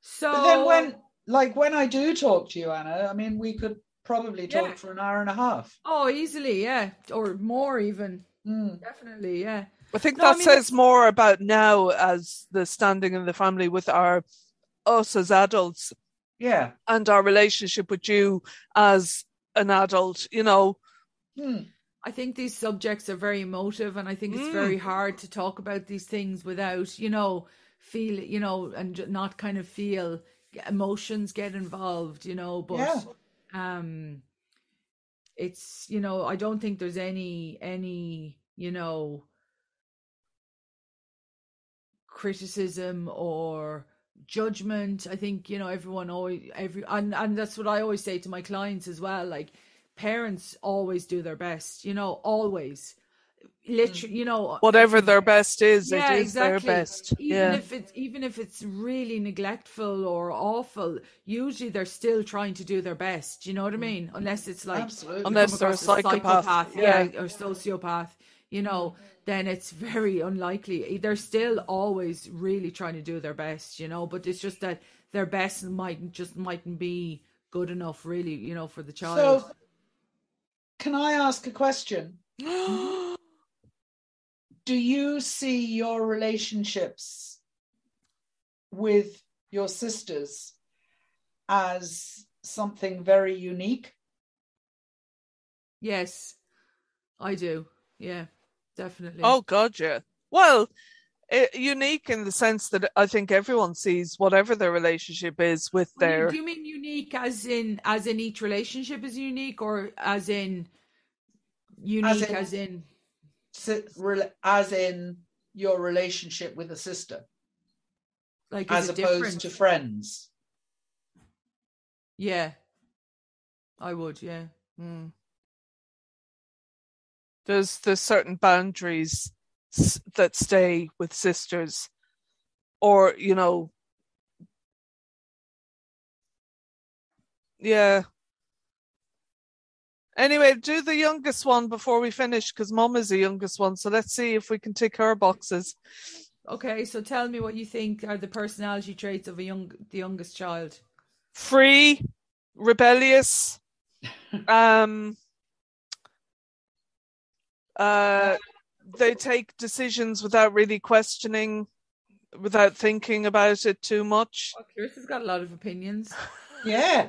Speaker 3: So
Speaker 1: But then when, like, when I do talk to you, Anna, I mean, we could probably talk
Speaker 3: Yeah.
Speaker 1: for an hour and a half.
Speaker 3: oh, easily, yeah, or more even,
Speaker 1: Mm.
Speaker 3: definitely, yeah.
Speaker 2: I think
Speaker 3: No, I
Speaker 2: that
Speaker 3: mean,
Speaker 2: says more about now as the standing in the family with our us as adults
Speaker 1: Yeah.
Speaker 2: and our relationship with you as an adult, you know.
Speaker 1: Mm.
Speaker 3: I think these subjects are very emotive, and I think it's
Speaker 2: Mm.
Speaker 3: very hard to talk about these things without, you know, feel, you know, and j- not kind of feel emotions get involved, you know. But
Speaker 1: Yeah.
Speaker 3: um, it's you know, I don't think there's any any you know criticism or judgment. I think you know everyone always every and and that's what I always say to my clients as well. Like parents always do their best, you know, always. Literally, you know,
Speaker 2: Whatever their best is,
Speaker 3: Yeah,
Speaker 2: it is
Speaker 3: exactly.
Speaker 2: their best.
Speaker 3: even
Speaker 2: yeah.
Speaker 3: if it's even if it's really neglectful or awful, usually they're still trying to do their best. You know what I mean? Unless it's like
Speaker 1: Absolutely.
Speaker 3: you come
Speaker 2: Unless they're a
Speaker 3: across as
Speaker 2: psychopath,
Speaker 3: yeah.
Speaker 2: yeah.
Speaker 3: or sociopath, you know, then it's very unlikely. They're still always really trying to do their best, you know. But it's just that their best might just mightn't be good enough, really, you know, for the child.
Speaker 1: So, can I ask a question? Do you see your relationships with your sisters as something very unique?
Speaker 3: yes, I do. Yeah, definitely.
Speaker 2: oh god, yeah. Well, i unique in the sense that I think everyone sees whatever their relationship is with
Speaker 3: Well, you-
Speaker 2: their
Speaker 3: Do you mean unique as in as in each relationship is unique, or as in unique as in,
Speaker 1: in- Si- rela- As in your relationship with a sister,
Speaker 3: like
Speaker 1: as
Speaker 3: is it
Speaker 1: opposed
Speaker 3: different?
Speaker 1: to friends?
Speaker 3: yeah, I would. Yeah,
Speaker 2: Mm. There's there's certain boundaries s- that stay with sisters, or you know, yeah. Anyway, do the youngest one before we finish because mom is the youngest one. So let's see if we can tick her boxes.
Speaker 3: okay. So tell me what you think are the personality traits of a young the youngest child.
Speaker 2: Free, rebellious, um, uh, they take decisions without really questioning, without thinking about it too much.
Speaker 3: Well, Clarissa's got a lot of opinions
Speaker 1: Yeah.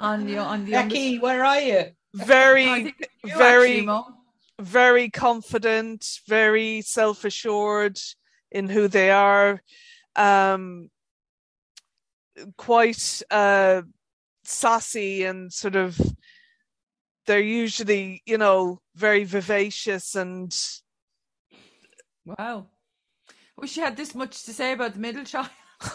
Speaker 3: on the on the youngest-
Speaker 1: Becky, where are you?
Speaker 3: I
Speaker 2: Very,
Speaker 3: think it's you,
Speaker 2: very-
Speaker 3: actually, Mum.
Speaker 2: very confident, very self assured in who they are, um, quite uh, sassy and sort of, they're usually, you know, very vivacious and
Speaker 3: Wow. Wish you had this much to say about the middle child.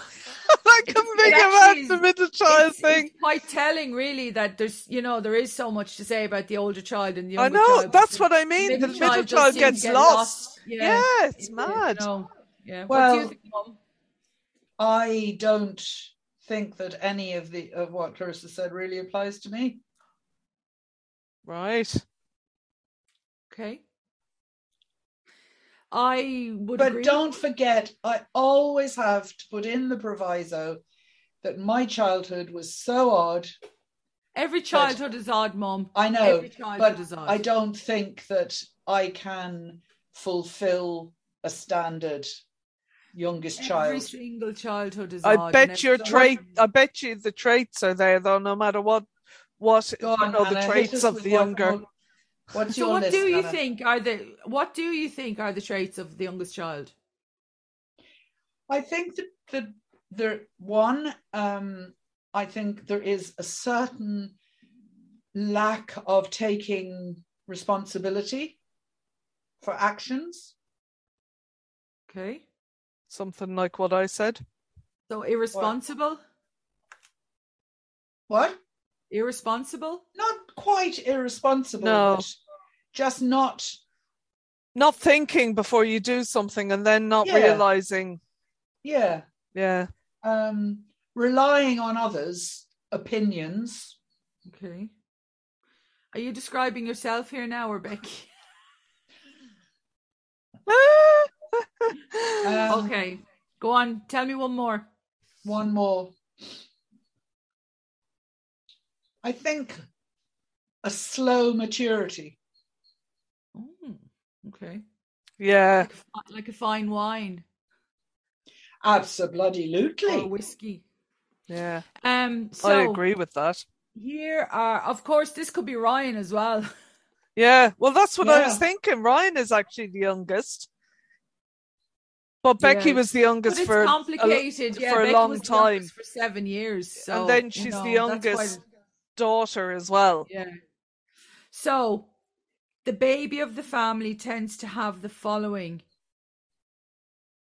Speaker 2: I couldn't think
Speaker 3: actually
Speaker 2: about the
Speaker 3: is-
Speaker 2: middle child
Speaker 3: It's-
Speaker 2: thing.
Speaker 3: it's quite telling, really, that there's, you know, there is so much to say about the older child and the
Speaker 2: I
Speaker 3: younger
Speaker 2: know,
Speaker 3: child.
Speaker 2: that's what I mean. The middle child,
Speaker 3: just seems to
Speaker 2: gets
Speaker 3: get
Speaker 2: lost.
Speaker 3: Yeah,
Speaker 2: Yeah, it's
Speaker 3: it-
Speaker 2: mad.
Speaker 3: No. Yeah.
Speaker 1: Well-
Speaker 3: what do you think, Mum?
Speaker 1: I don't think that any of the of what Clarissa said really applies to me.
Speaker 2: Right.
Speaker 3: Okay. I would
Speaker 1: but
Speaker 3: agree.
Speaker 1: don't forget, I always have to put in the proviso that my childhood was so odd.
Speaker 3: Every childhood is odd, Mum.
Speaker 1: I know,
Speaker 3: Every childhood
Speaker 1: but
Speaker 3: is odd.
Speaker 1: I don't think that I can fulfill a standard youngest
Speaker 3: Every
Speaker 1: child.
Speaker 3: single childhood is odd.
Speaker 2: I
Speaker 3: and
Speaker 2: bet
Speaker 3: every
Speaker 2: your
Speaker 1: so-
Speaker 2: trait. I bet you the traits are there though, no matter what. What
Speaker 1: Go
Speaker 2: you
Speaker 1: on,
Speaker 2: know, the
Speaker 1: Anna, hit us
Speaker 2: traits of
Speaker 1: with
Speaker 2: the
Speaker 1: one
Speaker 2: younger.
Speaker 1: more. What's
Speaker 3: So
Speaker 1: your
Speaker 3: what
Speaker 1: list,
Speaker 3: do you
Speaker 1: Anna?
Speaker 3: think are the what do you think are the traits of the youngest child?
Speaker 1: I think that the there one, um, I think there is a certain lack of taking responsibility for actions.
Speaker 3: Okay.
Speaker 2: Something like what I said.
Speaker 3: So irresponsible?
Speaker 1: What?
Speaker 3: Irresponsible?
Speaker 1: Not quite irresponsible,
Speaker 2: No.
Speaker 1: but just not
Speaker 2: Not thinking before you do something and then not
Speaker 1: Yeah.
Speaker 2: realizing.
Speaker 1: yeah.
Speaker 2: Yeah.
Speaker 1: Um relying on others' opinions.
Speaker 3: Okay. Are you describing yourself here now or Becky? Uh,
Speaker 1: Um,
Speaker 3: okay. Go on. Tell me one more.
Speaker 1: one more. I think a slow maturity.
Speaker 3: Mm, okay.
Speaker 2: yeah.
Speaker 3: Like a, fi- like a fine wine or
Speaker 1: Absolutely.
Speaker 3: whiskey.
Speaker 2: Yeah.
Speaker 3: Um so
Speaker 2: I agree with that.
Speaker 3: here are of course this could be Ryan as well.
Speaker 2: Yeah. Well, that's what I was
Speaker 1: Yeah.
Speaker 2: thinking. Ryan is actually the youngest. But Becky
Speaker 3: Yeah.
Speaker 2: was the youngest
Speaker 3: But it's
Speaker 2: for a lo-
Speaker 3: complicated. yeah,
Speaker 2: for a
Speaker 3: Becky
Speaker 2: long
Speaker 3: was the youngest
Speaker 2: time.
Speaker 3: for seven years. So,
Speaker 2: and then
Speaker 3: you
Speaker 2: she's
Speaker 3: know,
Speaker 2: the
Speaker 3: that's quite-
Speaker 2: youngest daughter as well.
Speaker 3: yeah. So the baby of the family tends to have the following.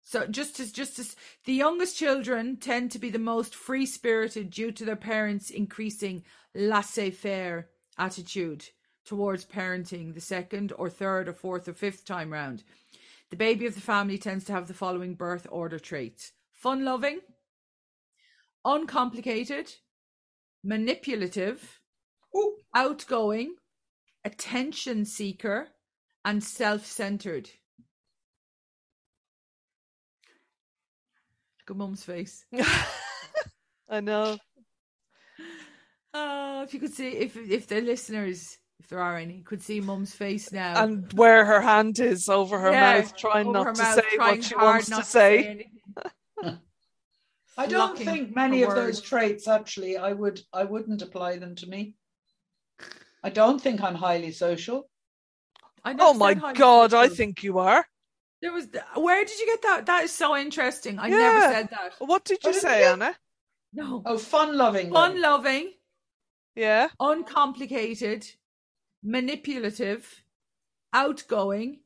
Speaker 3: So just as just as the youngest children tend to be the most free spirited due to their parents' increasing laissez faire attitude towards parenting the second or third or fourth or fifth time round. The baby of the family tends to have the following birth order traits fun loving, uncomplicated, manipulative,
Speaker 1: Ooh.
Speaker 3: outgoing, attention seeker, and self centered. Look at mum's face.
Speaker 2: I know.
Speaker 3: Oh, if you could see, if if the listeners, if there are any, could see mum's face now.
Speaker 2: And where her hand is over her
Speaker 3: Yeah,
Speaker 2: mouth, trying
Speaker 3: over
Speaker 2: not
Speaker 3: her
Speaker 2: to
Speaker 3: mouth,
Speaker 2: say
Speaker 3: trying
Speaker 2: what she
Speaker 3: hard
Speaker 2: wants to
Speaker 3: not
Speaker 2: say.
Speaker 3: anything.
Speaker 1: I don't
Speaker 3: Locking
Speaker 1: think
Speaker 3: for
Speaker 1: many of those
Speaker 3: words. traits,
Speaker 1: traits actually I would I wouldn't apply them to me. I don't think I'm highly social.
Speaker 3: I never
Speaker 2: Oh
Speaker 3: said
Speaker 2: my
Speaker 3: highly
Speaker 2: God, I
Speaker 3: social.
Speaker 2: think you are.
Speaker 3: there was. Where did you get that? That is so interesting. I never
Speaker 2: Yeah.
Speaker 3: said that.
Speaker 2: What did you
Speaker 1: Oh, didn't
Speaker 2: say,
Speaker 1: you?
Speaker 2: Anna?
Speaker 3: No,
Speaker 1: Oh, fun loving.
Speaker 3: fun loving,
Speaker 2: Yeah.
Speaker 3: uncomplicated, manipulative, outgoing,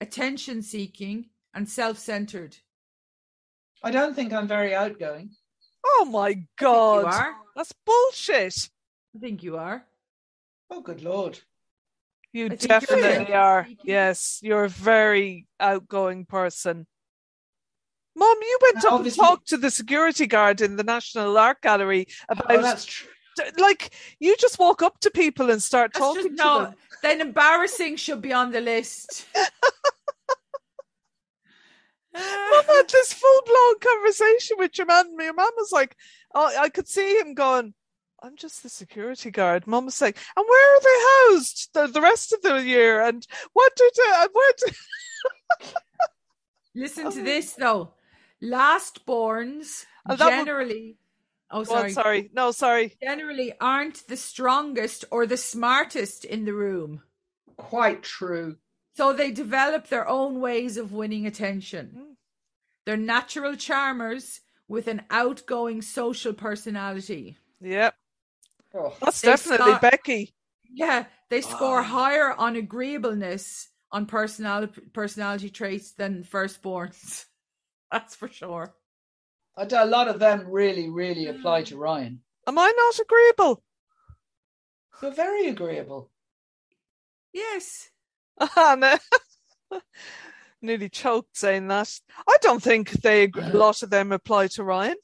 Speaker 3: attention seeking, and self centered.
Speaker 1: I don't think I'm very outgoing.
Speaker 2: Oh my
Speaker 3: You
Speaker 2: God.
Speaker 3: are.
Speaker 2: That's bullshit.
Speaker 3: I think you are.
Speaker 1: Oh, good lord.
Speaker 2: You
Speaker 3: I think you're
Speaker 2: definitely
Speaker 1: very
Speaker 2: are.
Speaker 3: cheeky.
Speaker 2: Yes, you're a very outgoing person. Mom, you went
Speaker 1: Now,
Speaker 2: up and
Speaker 1: obviously-
Speaker 2: talked to the security guard in the National Art Gallery
Speaker 1: Oh,
Speaker 2: about,
Speaker 1: that's true.
Speaker 2: like, you just walk up to people and start
Speaker 3: That's
Speaker 2: talking
Speaker 3: just
Speaker 2: to
Speaker 3: no.
Speaker 2: them.
Speaker 3: Then embarrassing should be on the list.
Speaker 2: Mum had this full blown conversation with your man. Your mum was like, oh, I could see him going, I'm just the security guard. Mum was saying, and where are they housed the, the rest of the year? And what do they, and where do,
Speaker 3: Listen to
Speaker 2: Oh.
Speaker 3: this though. Last borns
Speaker 2: Oh, that would-
Speaker 3: generally. Oh,
Speaker 2: Oh,
Speaker 3: sorry.
Speaker 2: sorry. No, sorry.
Speaker 3: Generally, aren't the strongest or the smartest in the room.
Speaker 1: Quite true.
Speaker 3: So they develop their own ways of winning attention.
Speaker 2: Mm.
Speaker 3: They're natural charmers with an outgoing social personality.
Speaker 2: Yep.
Speaker 1: Oh,
Speaker 2: That's
Speaker 3: They've
Speaker 2: definitely
Speaker 3: got-
Speaker 2: Becky.
Speaker 3: Yeah, they score
Speaker 1: Ah.
Speaker 3: higher on agreeableness on personal personality traits than firstborns. That's for sure.
Speaker 1: I do- a lot of them really, really apply to Ryan.
Speaker 2: Am I not agreeable?
Speaker 1: You're very agreeable.
Speaker 3: Yes.
Speaker 2: Ah, no. Nearly choked saying that. I don't think they ag- a lot of them apply to Ryan.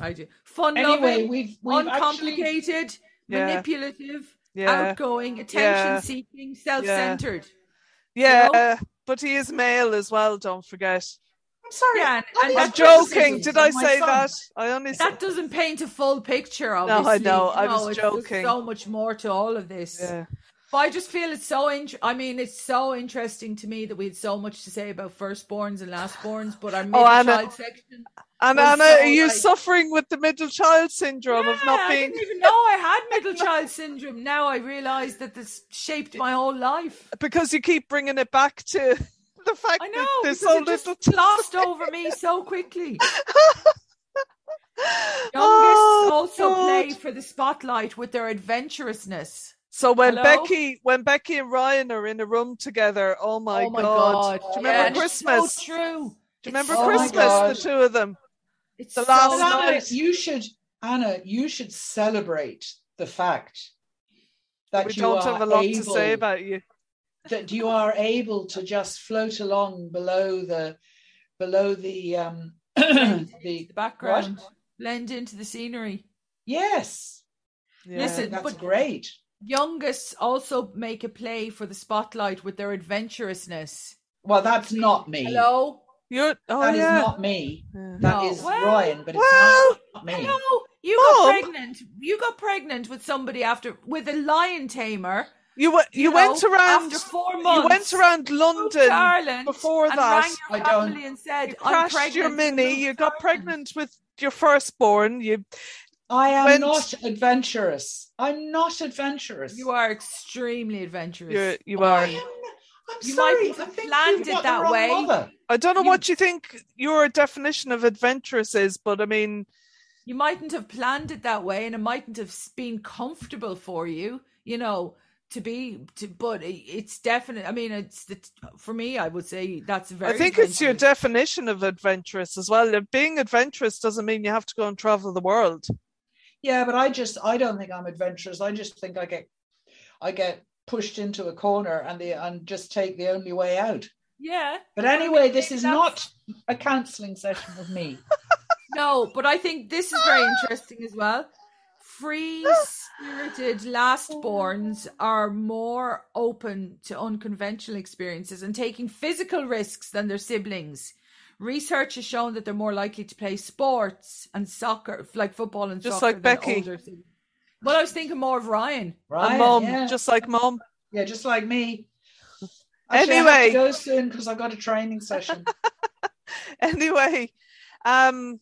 Speaker 3: I do. Fun
Speaker 1: Anyway,
Speaker 3: loving,
Speaker 1: we've we've actually
Speaker 3: uncomplicated,
Speaker 2: Yeah.
Speaker 3: manipulative,
Speaker 2: Yeah,
Speaker 3: outgoing, attention
Speaker 2: Yeah.
Speaker 3: seeking, self centered.
Speaker 2: yeah.
Speaker 3: know?
Speaker 2: But he is male as well. Don't forget.
Speaker 1: I'm sorry.
Speaker 3: Yeah, and-
Speaker 1: bloody
Speaker 3: and
Speaker 2: I'm
Speaker 3: That's
Speaker 2: joking.
Speaker 1: criticisms
Speaker 2: Did
Speaker 1: of
Speaker 2: I
Speaker 1: my
Speaker 2: say
Speaker 1: son.
Speaker 2: that? I only said.
Speaker 3: That doesn't paint a full picture,
Speaker 2: I
Speaker 3: obviously.
Speaker 2: know, I
Speaker 3: You
Speaker 2: was
Speaker 3: it's- there's
Speaker 2: joking.
Speaker 3: So much more to all of this.
Speaker 2: Yeah.
Speaker 3: But I just feel it's so. In- I mean, it's so interesting to me that we had so much to say about firstborns and lastborns,
Speaker 2: Oh,
Speaker 3: but our middle
Speaker 2: Anna.
Speaker 3: child section.
Speaker 2: And
Speaker 3: Well,
Speaker 2: Anna,
Speaker 3: so,
Speaker 2: are you
Speaker 3: like-
Speaker 2: suffering with the middle child syndrome of not
Speaker 3: Yeah, I
Speaker 2: being?
Speaker 3: didn't even know I had middle child syndrome. Now I realise that this shaped my whole life.
Speaker 2: Because you keep bringing it back to the fact
Speaker 3: I know
Speaker 2: that there's
Speaker 3: because
Speaker 2: so
Speaker 3: it just
Speaker 2: little.
Speaker 3: glossed over me so quickly. Youngest
Speaker 2: Oh,
Speaker 3: also
Speaker 2: God.
Speaker 3: play for the spotlight with their adventurousness.
Speaker 2: So when
Speaker 3: Hello?
Speaker 2: Becky, when Becky and Ryan are in a room together, oh my,
Speaker 3: oh my
Speaker 2: god.
Speaker 3: god!
Speaker 2: Do you
Speaker 3: Yeah,
Speaker 2: remember
Speaker 3: and it's
Speaker 2: Christmas?
Speaker 3: So true.
Speaker 2: Do you remember
Speaker 1: Oh my God.
Speaker 2: Christmas? The two of them.
Speaker 3: It's
Speaker 2: The
Speaker 3: so
Speaker 2: last
Speaker 1: But
Speaker 2: night?
Speaker 1: Anna,
Speaker 2: nice.
Speaker 1: you should Anna, you should celebrate the fact that
Speaker 2: We
Speaker 1: you
Speaker 2: don't
Speaker 1: are
Speaker 2: have a lot
Speaker 1: able,
Speaker 2: to say about you.
Speaker 1: that you are able to just float along below the below the um the
Speaker 3: the background, blend into the scenery.
Speaker 1: yes.
Speaker 2: Yeah.
Speaker 1: I think
Speaker 3: Listen,
Speaker 1: that's
Speaker 3: but-
Speaker 1: great.
Speaker 3: Youngists also make a play for the spotlight with their adventurousness.
Speaker 1: Well, that's not me. That
Speaker 3: Hello,
Speaker 2: you're. Oh
Speaker 1: is
Speaker 2: yeah.
Speaker 1: not me.
Speaker 2: Yeah.
Speaker 1: That
Speaker 3: No.
Speaker 1: is
Speaker 3: Well-
Speaker 1: Ryan, but it's
Speaker 2: well,
Speaker 1: not me.
Speaker 3: hello. You
Speaker 2: Mom.
Speaker 3: got pregnant. You got pregnant with somebody after with a lion tamer.
Speaker 2: You went. You,
Speaker 3: You,
Speaker 2: went
Speaker 3: know,
Speaker 2: around.
Speaker 3: after four months.
Speaker 2: You went around
Speaker 3: moved to
Speaker 2: London.
Speaker 3: Ireland
Speaker 2: before
Speaker 3: and
Speaker 2: that.
Speaker 3: Rang your
Speaker 1: I don't-
Speaker 3: family and said,
Speaker 2: You
Speaker 3: "I'm
Speaker 2: crashed
Speaker 3: pregnant."
Speaker 2: your
Speaker 3: moved
Speaker 2: mini.
Speaker 3: to
Speaker 2: You got
Speaker 3: Ireland."
Speaker 2: pregnant with your firstborn. You.
Speaker 1: I am
Speaker 2: Went-
Speaker 1: not adventurous. I'm not adventurous.
Speaker 3: You are extremely adventurous.
Speaker 2: You're, you
Speaker 1: I
Speaker 2: are.
Speaker 1: am. I'm
Speaker 3: You might
Speaker 1: sorry.
Speaker 3: have
Speaker 1: I think
Speaker 3: planned
Speaker 1: you've
Speaker 3: it
Speaker 1: got the
Speaker 3: that
Speaker 1: wrong
Speaker 3: way.
Speaker 1: mother.
Speaker 2: I don't know
Speaker 3: You-
Speaker 2: what you think your definition of adventurous is, but I mean,
Speaker 3: you mightn't have planned it that way and it mightn't have s- been comfortable for you you know to be to, but i- it's definite i mean it's the, for me i would say that's very
Speaker 2: I think it's your
Speaker 3: adventurous.
Speaker 2: definition of adventurous as well. That Being adventurous doesn't mean you have to go and travel the world.
Speaker 1: Yeah, but I just I don't think I'm adventurous. I just think I get I get pushed into a corner and the and just take the only way out.
Speaker 3: yeah
Speaker 1: But anyway, this
Speaker 3: maybe
Speaker 1: is not
Speaker 3: that's-
Speaker 1: a counselling session with me.
Speaker 3: no but i think this is very interesting as well free spirited lastborns are more open to unconventional experiences and taking physical risks than their siblings Research has shown that they're more likely to play sports and soccer, like football and
Speaker 2: Just
Speaker 3: soccer,
Speaker 2: like
Speaker 3: than
Speaker 2: Becky.
Speaker 3: older siblings. Well, I was thinking more of Ryan.
Speaker 2: And
Speaker 1: Right?
Speaker 2: mom,
Speaker 1: yeah.
Speaker 2: just like mom.
Speaker 1: yeah, just like me. Actually, I have
Speaker 2: Anyway.
Speaker 1: to go soon because I've got a training session.
Speaker 2: Anyway, um,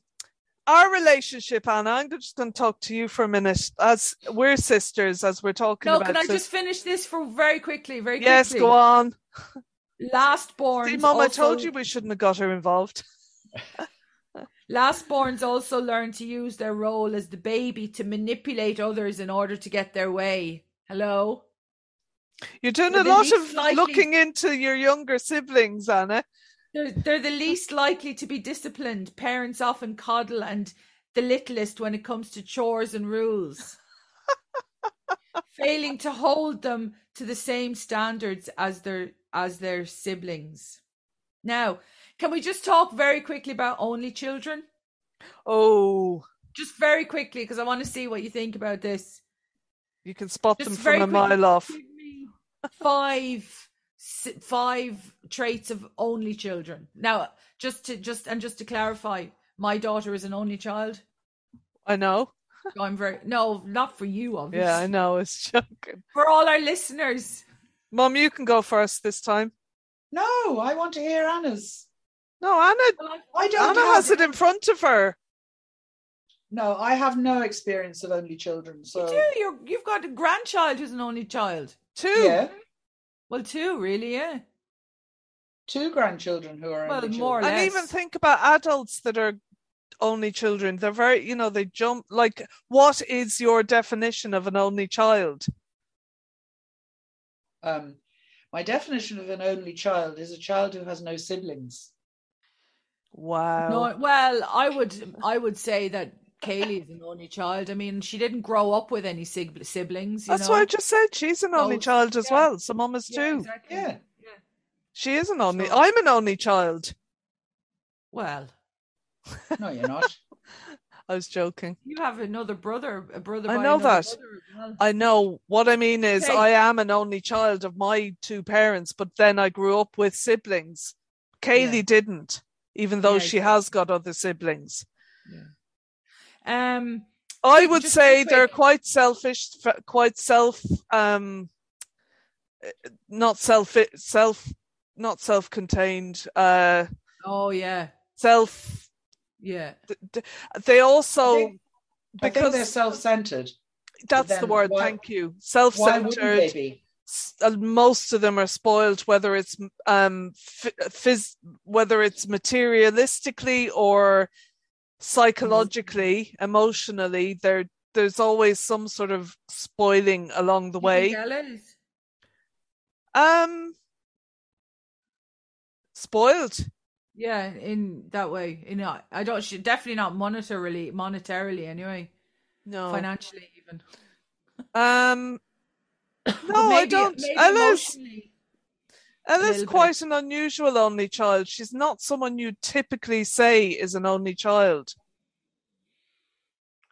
Speaker 2: our relationship, Anna. I'm just going to talk to you for a minute, as we're sisters, as we're talking
Speaker 3: No,
Speaker 2: about.
Speaker 3: can I
Speaker 2: sis-
Speaker 3: just finish this for very quickly? Very quickly.
Speaker 2: yes, go on.
Speaker 3: Lastborns.
Speaker 2: See, mom, I
Speaker 3: also,
Speaker 2: told you we shouldn't have got her involved.
Speaker 3: Lastborns also learn to use their role as the baby to manipulate others in order to get their way. Hello.
Speaker 2: You're doing
Speaker 3: Well,
Speaker 2: a
Speaker 3: they
Speaker 2: lot
Speaker 3: need
Speaker 2: of
Speaker 3: slightly-
Speaker 2: looking into your younger siblings, Anna.
Speaker 3: They're, they're the least likely to be disciplined. Parents often coddle and the littlest when it comes to chores and rules. Failing to hold them to the same standards as their as their siblings. Now, can we just talk very quickly about only children?
Speaker 2: Oh,
Speaker 3: Just very quickly, because I want to see what you think about this.
Speaker 2: you can spot
Speaker 3: Just
Speaker 2: them
Speaker 3: very
Speaker 2: from a
Speaker 3: quickly,
Speaker 2: mile off.
Speaker 3: Give me five s- five traits of only children. Now, just to just and just to clarify, my daughter is an only child.
Speaker 2: I know.
Speaker 3: So I'm very no, not for you, obviously.
Speaker 2: Yeah, I know. It's joking.
Speaker 3: For all our listeners,
Speaker 2: Mom, you can go first this time.
Speaker 1: no, I want to hear Anna's.
Speaker 2: No, Anna.
Speaker 3: Well, I-
Speaker 1: I don't
Speaker 2: Anna
Speaker 1: have,
Speaker 2: has it in front of her.
Speaker 1: No, I have no experience of only children. So
Speaker 3: you do. You're, you've got a grandchild who's an only child.
Speaker 2: Two.
Speaker 1: yeah,
Speaker 3: Well, two really, yeah.
Speaker 1: Two grandchildren who are
Speaker 3: Well,
Speaker 1: only
Speaker 3: more or
Speaker 1: children.
Speaker 2: and
Speaker 3: less.
Speaker 2: even think about adults that are only children they're very you know they jump like what is your definition of an only child
Speaker 1: Um, my definition of an only child is a child who has no siblings.
Speaker 2: wow
Speaker 3: No, well, I would I would say that Kaylee is an only child. I mean, she didn't grow up with any sig- siblings. You
Speaker 2: that's
Speaker 3: know?
Speaker 2: why i just said she's an only
Speaker 3: Oh,
Speaker 2: child as
Speaker 3: yeah.
Speaker 2: well so mom is
Speaker 3: Yeah,
Speaker 2: two
Speaker 3: exactly.
Speaker 1: Yeah.
Speaker 2: she is an only
Speaker 3: So-
Speaker 2: i'm an only child
Speaker 3: Well,
Speaker 1: No, you're not.
Speaker 2: i was joking
Speaker 3: you have another brother, a brother.
Speaker 2: I
Speaker 3: by
Speaker 2: know
Speaker 3: another
Speaker 2: that.
Speaker 3: brother as well.
Speaker 2: i know what i mean is
Speaker 3: Okay.
Speaker 2: i am an only child of my two parents but then i grew up with siblings kaylee
Speaker 3: Yeah.
Speaker 2: didn't even though
Speaker 3: Yeah,
Speaker 2: she has got other siblings
Speaker 3: Um,
Speaker 2: I
Speaker 3: Just-
Speaker 2: would
Speaker 3: just
Speaker 2: say
Speaker 3: real
Speaker 2: they're
Speaker 3: quick.
Speaker 2: quite selfish, f- quite self, um, eh, not self, self, not self-contained, uh,
Speaker 3: oh yeah,
Speaker 2: self.
Speaker 3: yeah,
Speaker 2: th- th- They also
Speaker 1: I think- I think they're
Speaker 2: because
Speaker 1: self-centered.
Speaker 2: that's the
Speaker 1: then
Speaker 2: word.
Speaker 1: why-
Speaker 2: thank you.
Speaker 1: Why wouldn't they
Speaker 2: Self-centered.
Speaker 1: be?
Speaker 2: s- uh, most of them are spoiled, whether it's um, f- phys- whether it's materialistically or psychologically,
Speaker 1: Mm-hmm.
Speaker 2: emotionally. There, there's always some sort of spoiling along the
Speaker 3: You
Speaker 2: way.
Speaker 3: think Ella is-
Speaker 2: Um, spoiled.
Speaker 3: Yeah, in that way, in a- I don't. She definitely not monetarily, monetarily anyway,
Speaker 2: No.
Speaker 3: financially even.
Speaker 2: um,
Speaker 3: But
Speaker 2: no, I don't. Ella's
Speaker 3: emotionally.
Speaker 2: Ella's
Speaker 3: little bit.
Speaker 2: quite an unusual only child. She's not someone you typically say is an only child.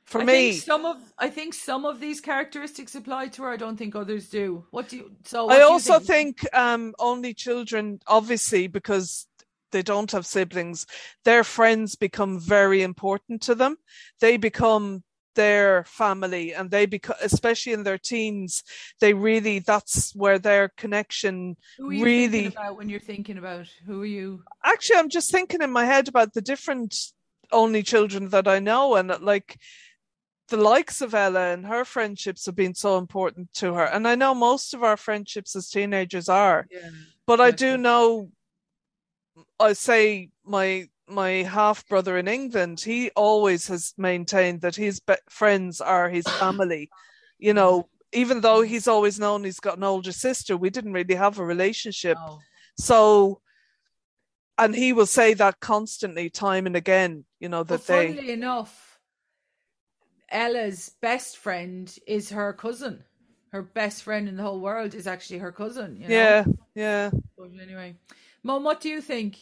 Speaker 2: For
Speaker 3: I
Speaker 2: me,
Speaker 3: think some of I think some of these characteristics apply to her. I don't think others do. What do you? So what
Speaker 2: I
Speaker 3: do you
Speaker 2: also think, um, only children, obviously, because they don't have siblings, their friends become very important to them. They become their family, and they become, especially in their teens, they really that's where their connection.
Speaker 3: who are you
Speaker 2: really-
Speaker 3: thinking about when you're thinking about who are you?
Speaker 2: Actually, I'm just thinking in my head about the different only children that I know, and like the likes of Ella and her friendships have been so important to her. And I know most of our friendships as teenagers are.
Speaker 3: Yeah.
Speaker 2: but I do
Speaker 3: Gotcha.
Speaker 2: know. I say my my half brother in England. He always has maintained that his be- friends are his family. you know, even though he's always known he's got an older sister, we didn't really have a relationship.
Speaker 3: Oh,
Speaker 2: So, and he will say that constantly, time and again. You know that
Speaker 3: but
Speaker 2: they.
Speaker 3: funnily enough, Ella's best friend is her cousin. Her best friend in the whole world is actually her cousin. You know?
Speaker 2: Yeah, yeah.
Speaker 3: But anyway, Mom, what do you think?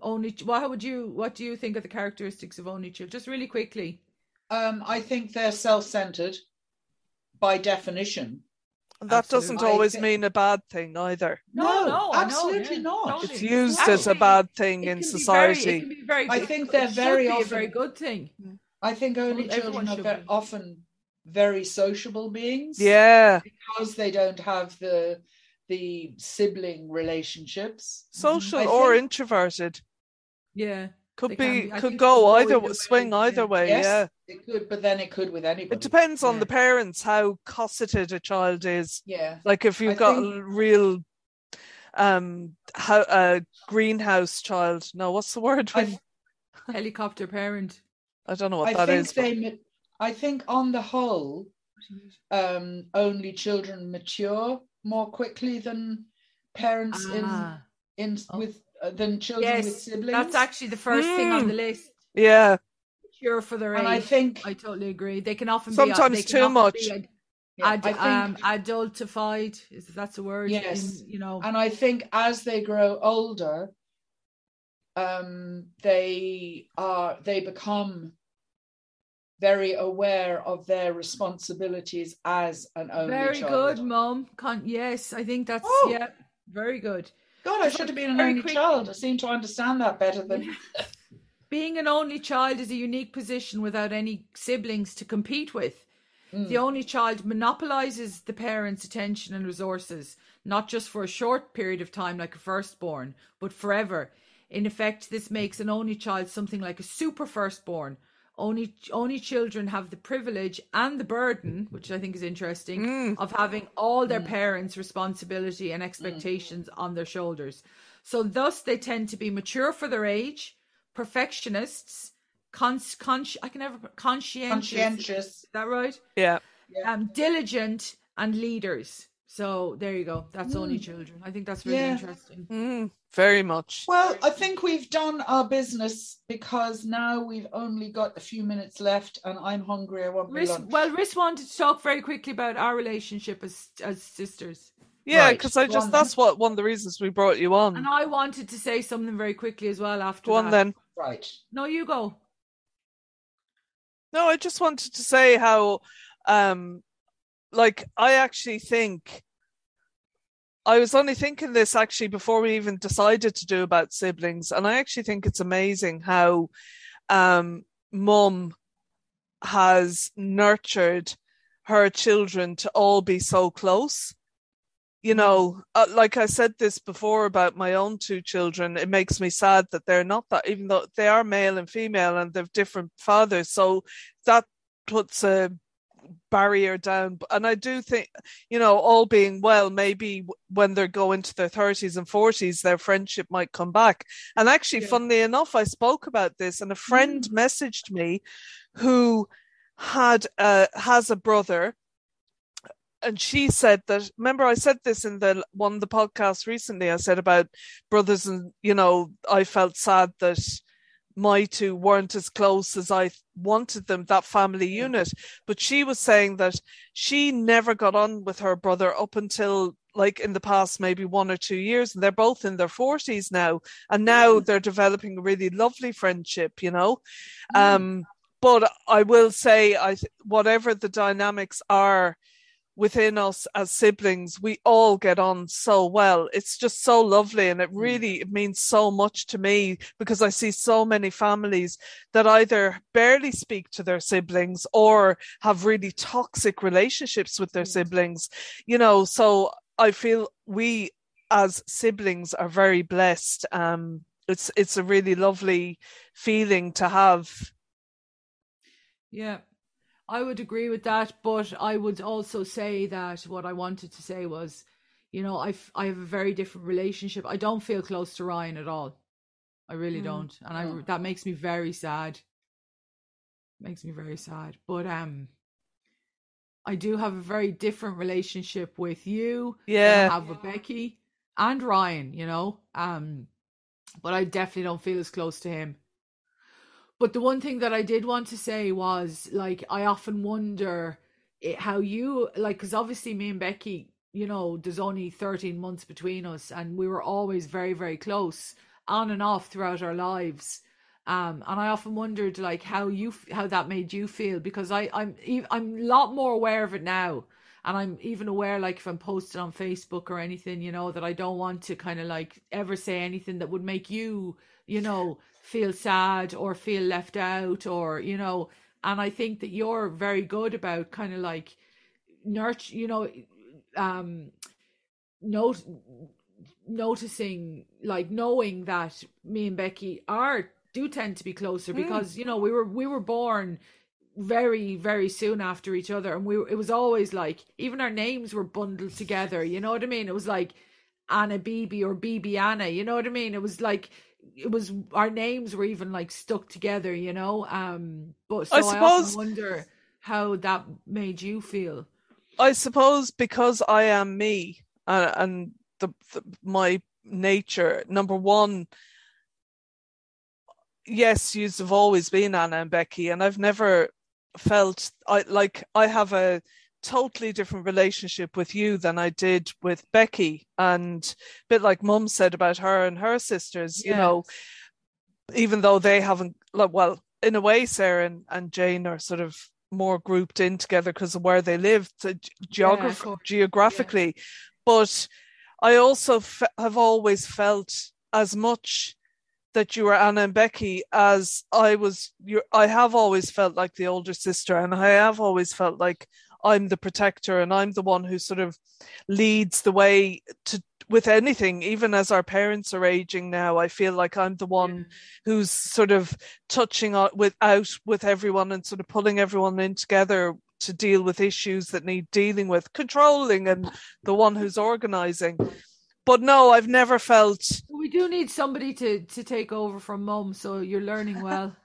Speaker 3: Only, well, how would you? What do you think of the characteristics of only children? Just really quickly.
Speaker 1: Um, I think they're self-centered by definition.
Speaker 2: That
Speaker 3: Absolutely.
Speaker 2: doesn't always
Speaker 1: I-
Speaker 2: mean a bad thing either.
Speaker 3: No, no, I know,
Speaker 1: absolutely
Speaker 3: yeah,
Speaker 1: not.
Speaker 3: totally.
Speaker 2: It's used as a
Speaker 3: Actually,
Speaker 2: bad thing
Speaker 3: It
Speaker 2: in
Speaker 3: can be
Speaker 2: society.
Speaker 3: Very, it can be very.
Speaker 1: I
Speaker 3: it-
Speaker 1: think
Speaker 3: it
Speaker 1: they're
Speaker 3: should
Speaker 1: very
Speaker 3: be a
Speaker 1: often-
Speaker 3: very good thing.
Speaker 1: I think only
Speaker 3: Well, everyone
Speaker 1: children are
Speaker 3: should
Speaker 1: ve-
Speaker 3: be.
Speaker 1: often very sociable beings.
Speaker 2: yeah.
Speaker 1: because they don't have the the sibling relationships.
Speaker 2: Mm-hmm. social
Speaker 1: I
Speaker 2: or
Speaker 1: think-
Speaker 2: introverted
Speaker 3: Yeah,
Speaker 2: could
Speaker 3: They
Speaker 2: be
Speaker 3: can be- I
Speaker 2: could go
Speaker 3: think they can go
Speaker 2: either
Speaker 3: either
Speaker 2: w- swing
Speaker 3: way,
Speaker 2: either
Speaker 3: yeah.
Speaker 2: way
Speaker 1: yes,
Speaker 2: Uh, yeah
Speaker 1: it could, but then it could with anybody.
Speaker 2: it depends on
Speaker 3: Yeah.
Speaker 2: the parents how cosseted a child is
Speaker 1: Yeah,
Speaker 2: like if you've
Speaker 1: I
Speaker 2: got
Speaker 1: think-
Speaker 2: a real um how a greenhouse child no what's the word
Speaker 1: I,
Speaker 2: when,
Speaker 3: helicopter parent.
Speaker 2: I, don't know
Speaker 1: I
Speaker 2: what that
Speaker 1: think
Speaker 2: is but
Speaker 1: they. ma- I think on the whole, um, only children mature more quickly than parents
Speaker 3: Ah,
Speaker 1: in in
Speaker 3: Oh.
Speaker 1: with uh, than children with
Speaker 3: yes,
Speaker 1: siblings.
Speaker 3: that's actually the first thing on
Speaker 2: Mm.
Speaker 3: the list.
Speaker 2: yeah
Speaker 3: Cure for their age.
Speaker 1: and I think
Speaker 3: I totally agree. They can often
Speaker 2: Sometimes
Speaker 3: be, they can
Speaker 2: too
Speaker 3: often
Speaker 2: much.
Speaker 3: be ad-
Speaker 1: yeah, I
Speaker 3: ad-
Speaker 1: think
Speaker 3: um, adultified. Is that's a word?
Speaker 1: Yes.
Speaker 3: in- you know.
Speaker 1: and I think as they grow older, um, they are they become very aware of their responsibilities as an only
Speaker 3: Very
Speaker 1: child.
Speaker 3: good, mom. Con- yes, I think that's
Speaker 1: Oh.
Speaker 3: yeah. Very good.
Speaker 1: God, I should have been an
Speaker 3: Very
Speaker 1: only
Speaker 3: quick-
Speaker 1: child. I seem to understand that better than
Speaker 3: Being an only child is a unique position without any siblings to compete with.
Speaker 1: Mm.
Speaker 3: The only child monopolizes the parents' attention and resources, not just for a short period of time like a firstborn, but forever. In effect, this makes an only child something like a super firstborn, only only children have the privilege and the burden, which I think is interesting,
Speaker 2: Mm.
Speaker 3: of having all their
Speaker 1: Mm.
Speaker 3: parents' responsibility and expectations on their shoulders. So thus they tend to be mature for their age, perfectionists, cons, cons I can never conscientious. Is
Speaker 1: conscientious.
Speaker 3: that right?
Speaker 2: Yeah.
Speaker 1: Yeah.
Speaker 3: Um, diligent and leaders. So there you go. That's only
Speaker 1: Mm.
Speaker 3: children. I think that's really
Speaker 1: Yeah.
Speaker 3: interesting.
Speaker 2: Mm, very much.
Speaker 1: Well, I think we've done our business because now we've only got a few minutes left, and I'm hungry. I want my
Speaker 3: Riss,
Speaker 1: lunch.
Speaker 3: well, Riss wanted to talk very quickly about our relationship as as sisters,
Speaker 2: Yeah,
Speaker 1: right,
Speaker 2: because I
Speaker 1: go
Speaker 2: just
Speaker 1: on then.
Speaker 2: that's what one of the reasons we brought you on.
Speaker 3: and I wanted to say something very quickly as well. After
Speaker 2: Mm. Go on
Speaker 3: that.
Speaker 2: then.
Speaker 1: right.
Speaker 3: no, you go.
Speaker 2: No, I just wanted to say how, um, like, I actually think I was only thinking this actually before we even decided to do about siblings, and I actually think it's amazing how, um, mum has nurtured her children to all be so close. You know, uh, like I said this before about my own two children, it makes me sad that they're not that, even though they are male and female and they've different fathers. So that puts a barrier down. And I do think, you know, all being well, maybe w- when they go into their 30s and 40s, their friendship might come back. And actually,
Speaker 1: Yeah.
Speaker 2: funnily enough, I spoke about this and a friend messaged me who had uh, has a brother and she said that remember i said this in the one of the podcast recently i said about brothers and you know i felt sad that my two weren't as close as i wanted them that family
Speaker 1: Yeah.
Speaker 2: unit but she was saying that she never got on with her brother up until like in the past maybe one or two years and they're both in their 40s now and now they're developing a really lovely friendship you know
Speaker 1: Mm.
Speaker 2: um but i will say i th- whatever the dynamics are within us as siblings we all get on so well it's just so lovely and it really it means so much to me because i see so many families that either barely speak to their siblings or have really toxic relationships with their
Speaker 1: Yeah.
Speaker 2: siblings you know so i feel we as siblings are very blessed um it's it's a really lovely feeling to have
Speaker 3: Yeah, I would agree with that, but I would also say that what I wanted to say was, you know, I I have a very different relationship. I don't feel close to Ryan at all. I really
Speaker 2: Mm.
Speaker 3: don't, and I
Speaker 1: Mm.
Speaker 3: that makes me very sad. Makes me very sad, but um, I do have a very different relationship with you than I
Speaker 2: Yeah.
Speaker 3: have with Becky and Ryan. You know, um, but I definitely don't feel as close to him. But the one thing that I did want to say was like I often wonder i how you like because obviously me and Becky, you know, there's only 13 months between us, and we were always very very close on and off throughout our lives. Um, and I often wondered like how you f- how that made you feel because I I'm e- I'm a lot more aware of it now, and I'm even aware like if I'm posting on Facebook or anything, you know, that I don't want to kind of like ever say anything that would make you you know, feel sad or feel left out or, you know, and I think that you're very good about kind of like nurture, you know, um, note noticing like knowing that me and Becky are do tend to be closer
Speaker 2: Mm.
Speaker 3: because you know we were we were born very very soon after each other and we were- it was always like even our names were bundled together you know what I mean it was like Anna Bibi or Bibi Anna you know what I mean it was like it was our names were even like stuck together you know um but so
Speaker 2: I
Speaker 3: I,
Speaker 2: suppose-
Speaker 3: often wonder how that made you feel
Speaker 2: I suppose because I am me and, and the, the my nature. Number one, yes, yous have always been Anna and Becky, and I've never felt I like I have a totally different relationship with you than I did with Becky, and a bit like Mum said about her and her sisters. You
Speaker 3: Yeah.
Speaker 2: know, even though they haven't like well in a way sarah and, and jane are sort of more grouped in together because of where they live so ge-
Speaker 3: Yeah, of
Speaker 2: geograph-
Speaker 3: course.
Speaker 2: geographically but i also f- have always felt as much that you were anna and becky as i was you i have always felt like the older sister and i have always felt like I'm the protector and I'm the one who sort of leads the way to with anything, even as our parents are aging now, I feel like I'm the one who's sort of touching on with out with everyone and sort of pulling everyone in together to deal with issues that need dealing with, controlling and the one who's organizing. But no, I've never felt
Speaker 3: We do need somebody to to take over from mum, so you're learning well.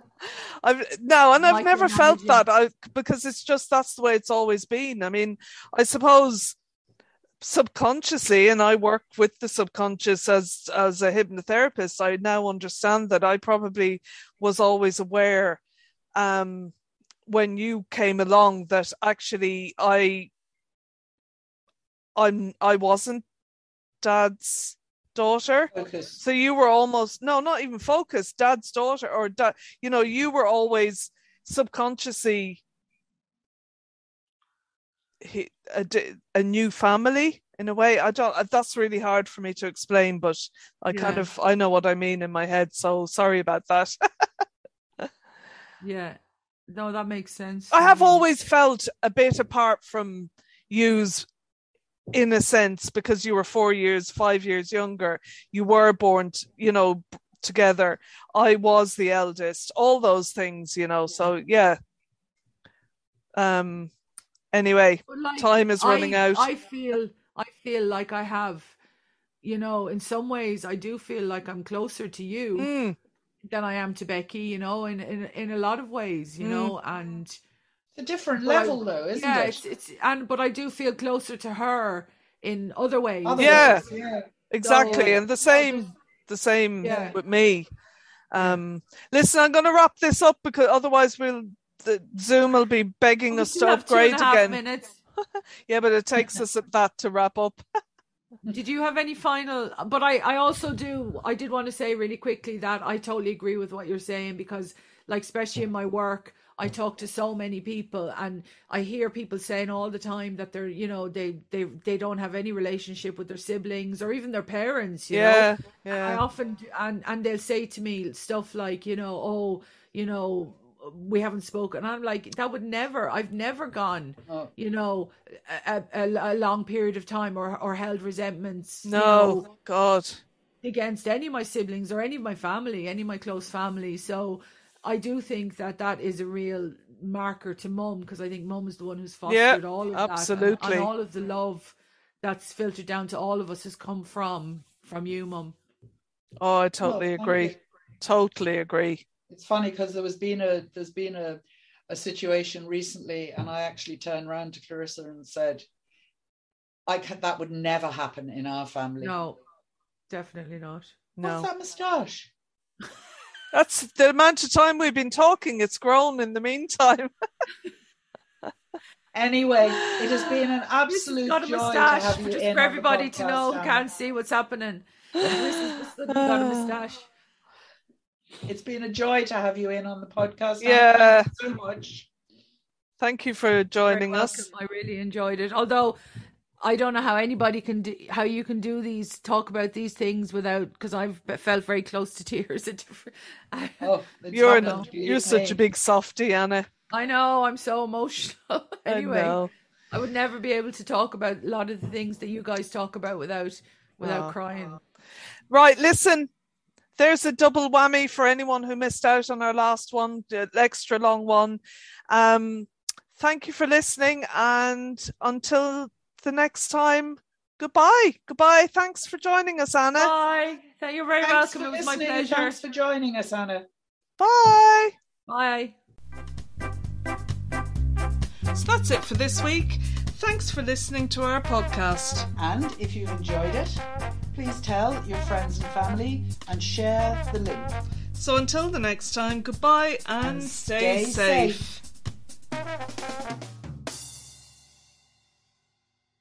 Speaker 2: I've no, and I've never felt
Speaker 3: Micromanaging.
Speaker 2: that I, because it's just that's the way it's always been. I mean, I suppose subconsciously, and I work with the subconscious as as a hypnotherapist. I now understand that I probably was always aware um, when you came along that actually I I'm I wasn't dad's daughter
Speaker 1: Focus.
Speaker 2: so you were almost no not even focused dad's daughter or dad you know you were always subconsciously he, a, di- a new family in a way i don't uh, that's really hard for me to explain but i kind
Speaker 3: Yeah.
Speaker 2: of i know what i mean in my head so sorry about that
Speaker 3: Yeah. No, that makes sense.
Speaker 2: i have
Speaker 3: Yeah.
Speaker 2: always felt a bit apart from yous in a sense because you were four years five years younger you were born t- you know b- together i was the eldest all those things you know so yeah um anyway
Speaker 3: But like,
Speaker 2: time is running
Speaker 3: I,
Speaker 2: out
Speaker 3: I feel I feel like I have, you know, in some ways I do feel like I'm closer to you
Speaker 2: Mm,
Speaker 3: than I am to Becky, you know, in in, in a lot of ways, you
Speaker 2: Mm.
Speaker 3: know, and
Speaker 1: It's a different
Speaker 3: Well, I-
Speaker 1: level, though, isn't
Speaker 3: yeah,
Speaker 1: it?
Speaker 3: it's it's and but I do feel closer to her in other ways.
Speaker 1: Other
Speaker 2: Yeah.
Speaker 1: ways, yeah.
Speaker 2: exactly
Speaker 3: So-
Speaker 2: and the same the same
Speaker 3: Yeah.
Speaker 2: with me um listen i'm going to wrap this up because otherwise we'll the zoom will be begging
Speaker 3: We
Speaker 2: us
Speaker 3: still
Speaker 2: to
Speaker 3: have two and
Speaker 2: upgrade
Speaker 3: a half
Speaker 2: again
Speaker 3: Minutes.
Speaker 2: yeah but it takes us at that to wrap up
Speaker 3: Did you have any final? But I, I also do. I did want to say really quickly that I totally agree with what you're saying because, like, especially in my work, I talk to so many people, and I hear people saying all the time that they're, you know, they they they don't have any relationship with their siblings or even their parents. You know,
Speaker 2: yeah
Speaker 3: I
Speaker 2: yeah
Speaker 3: often do, and and they'll say to me stuff like, you know, oh, you know, we haven't spoken. And I'm like, that would never. I've never gone,
Speaker 1: No.
Speaker 3: you know, a, a, a long period of time or or held resentments. you
Speaker 2: no
Speaker 3: know,
Speaker 2: god
Speaker 3: against any of my siblings or any of my family, any of my close family. So I do think that that is a real marker to mum because I think mum is the one who's
Speaker 2: Yeah,
Speaker 3: fostered all of that and-
Speaker 2: absolutely.
Speaker 3: and, all of the love that's filtered down to all of us has come from from you, mum.
Speaker 2: Oh, I
Speaker 1: No,
Speaker 2: totally
Speaker 1: thank
Speaker 2: agree.
Speaker 1: you.
Speaker 2: Totally agree.
Speaker 1: it's funny because there was been a there's been a a situation recently and i actually turned round to clarissa and said i can, that would never happen in our family
Speaker 3: No, definitely not.
Speaker 1: what's
Speaker 2: No,
Speaker 1: that mustache
Speaker 2: that's the amount of time we've been talking. It's grown in the meantime.
Speaker 1: anyway it has been an
Speaker 3: Chris has
Speaker 1: absolute
Speaker 3: got a
Speaker 1: joy
Speaker 3: moustache
Speaker 1: to have you
Speaker 3: just
Speaker 1: in
Speaker 3: for
Speaker 1: on the
Speaker 3: everybody to
Speaker 1: podcast,
Speaker 3: know who
Speaker 1: Anna.
Speaker 3: can't see what's happening. Chris has just suddenly got
Speaker 2: Ah.
Speaker 3: a moustache.
Speaker 1: it's been a joy to have you in on the podcast Anna.
Speaker 2: Yeah.
Speaker 1: Thank you so much
Speaker 2: Thank you for
Speaker 3: Very
Speaker 2: joining us.
Speaker 3: welcome. I really enjoyed it. Although I don't know how anybody can do how you can do these talk about these things without because I've be- felt very close to tears. At different, I,
Speaker 1: oh it's
Speaker 2: You're an,
Speaker 1: happened, believe
Speaker 2: you're such a
Speaker 1: me.
Speaker 2: big softie, Anna.
Speaker 3: I know I'm so emotional. anyway,
Speaker 2: I
Speaker 3: I,
Speaker 2: know.
Speaker 3: would never be able to talk about a lot of the things that you guys talk about without without
Speaker 2: Aw.
Speaker 3: crying.
Speaker 2: Oh, Right, listen. There's a double whammy for anyone who missed out on our last one, the extra long one. Um, thank you for listening, and until the next time, goodbye. Goodbye. Thanks for joining us, Anna.
Speaker 3: Bye. Thank you very
Speaker 1: thanks
Speaker 3: welcome.
Speaker 1: for
Speaker 3: It was my
Speaker 1: listening and
Speaker 3: pleasure.
Speaker 1: thanks for joining us anna
Speaker 2: Bye.
Speaker 3: Bye.
Speaker 2: So that's it for this week. Thanks for listening to our podcast.
Speaker 1: And if you've enjoyed it, please tell your friends and family and share the link.
Speaker 2: So until the next time, goodbye and,
Speaker 1: And
Speaker 2: stay,
Speaker 1: stay
Speaker 2: safe.
Speaker 1: safe.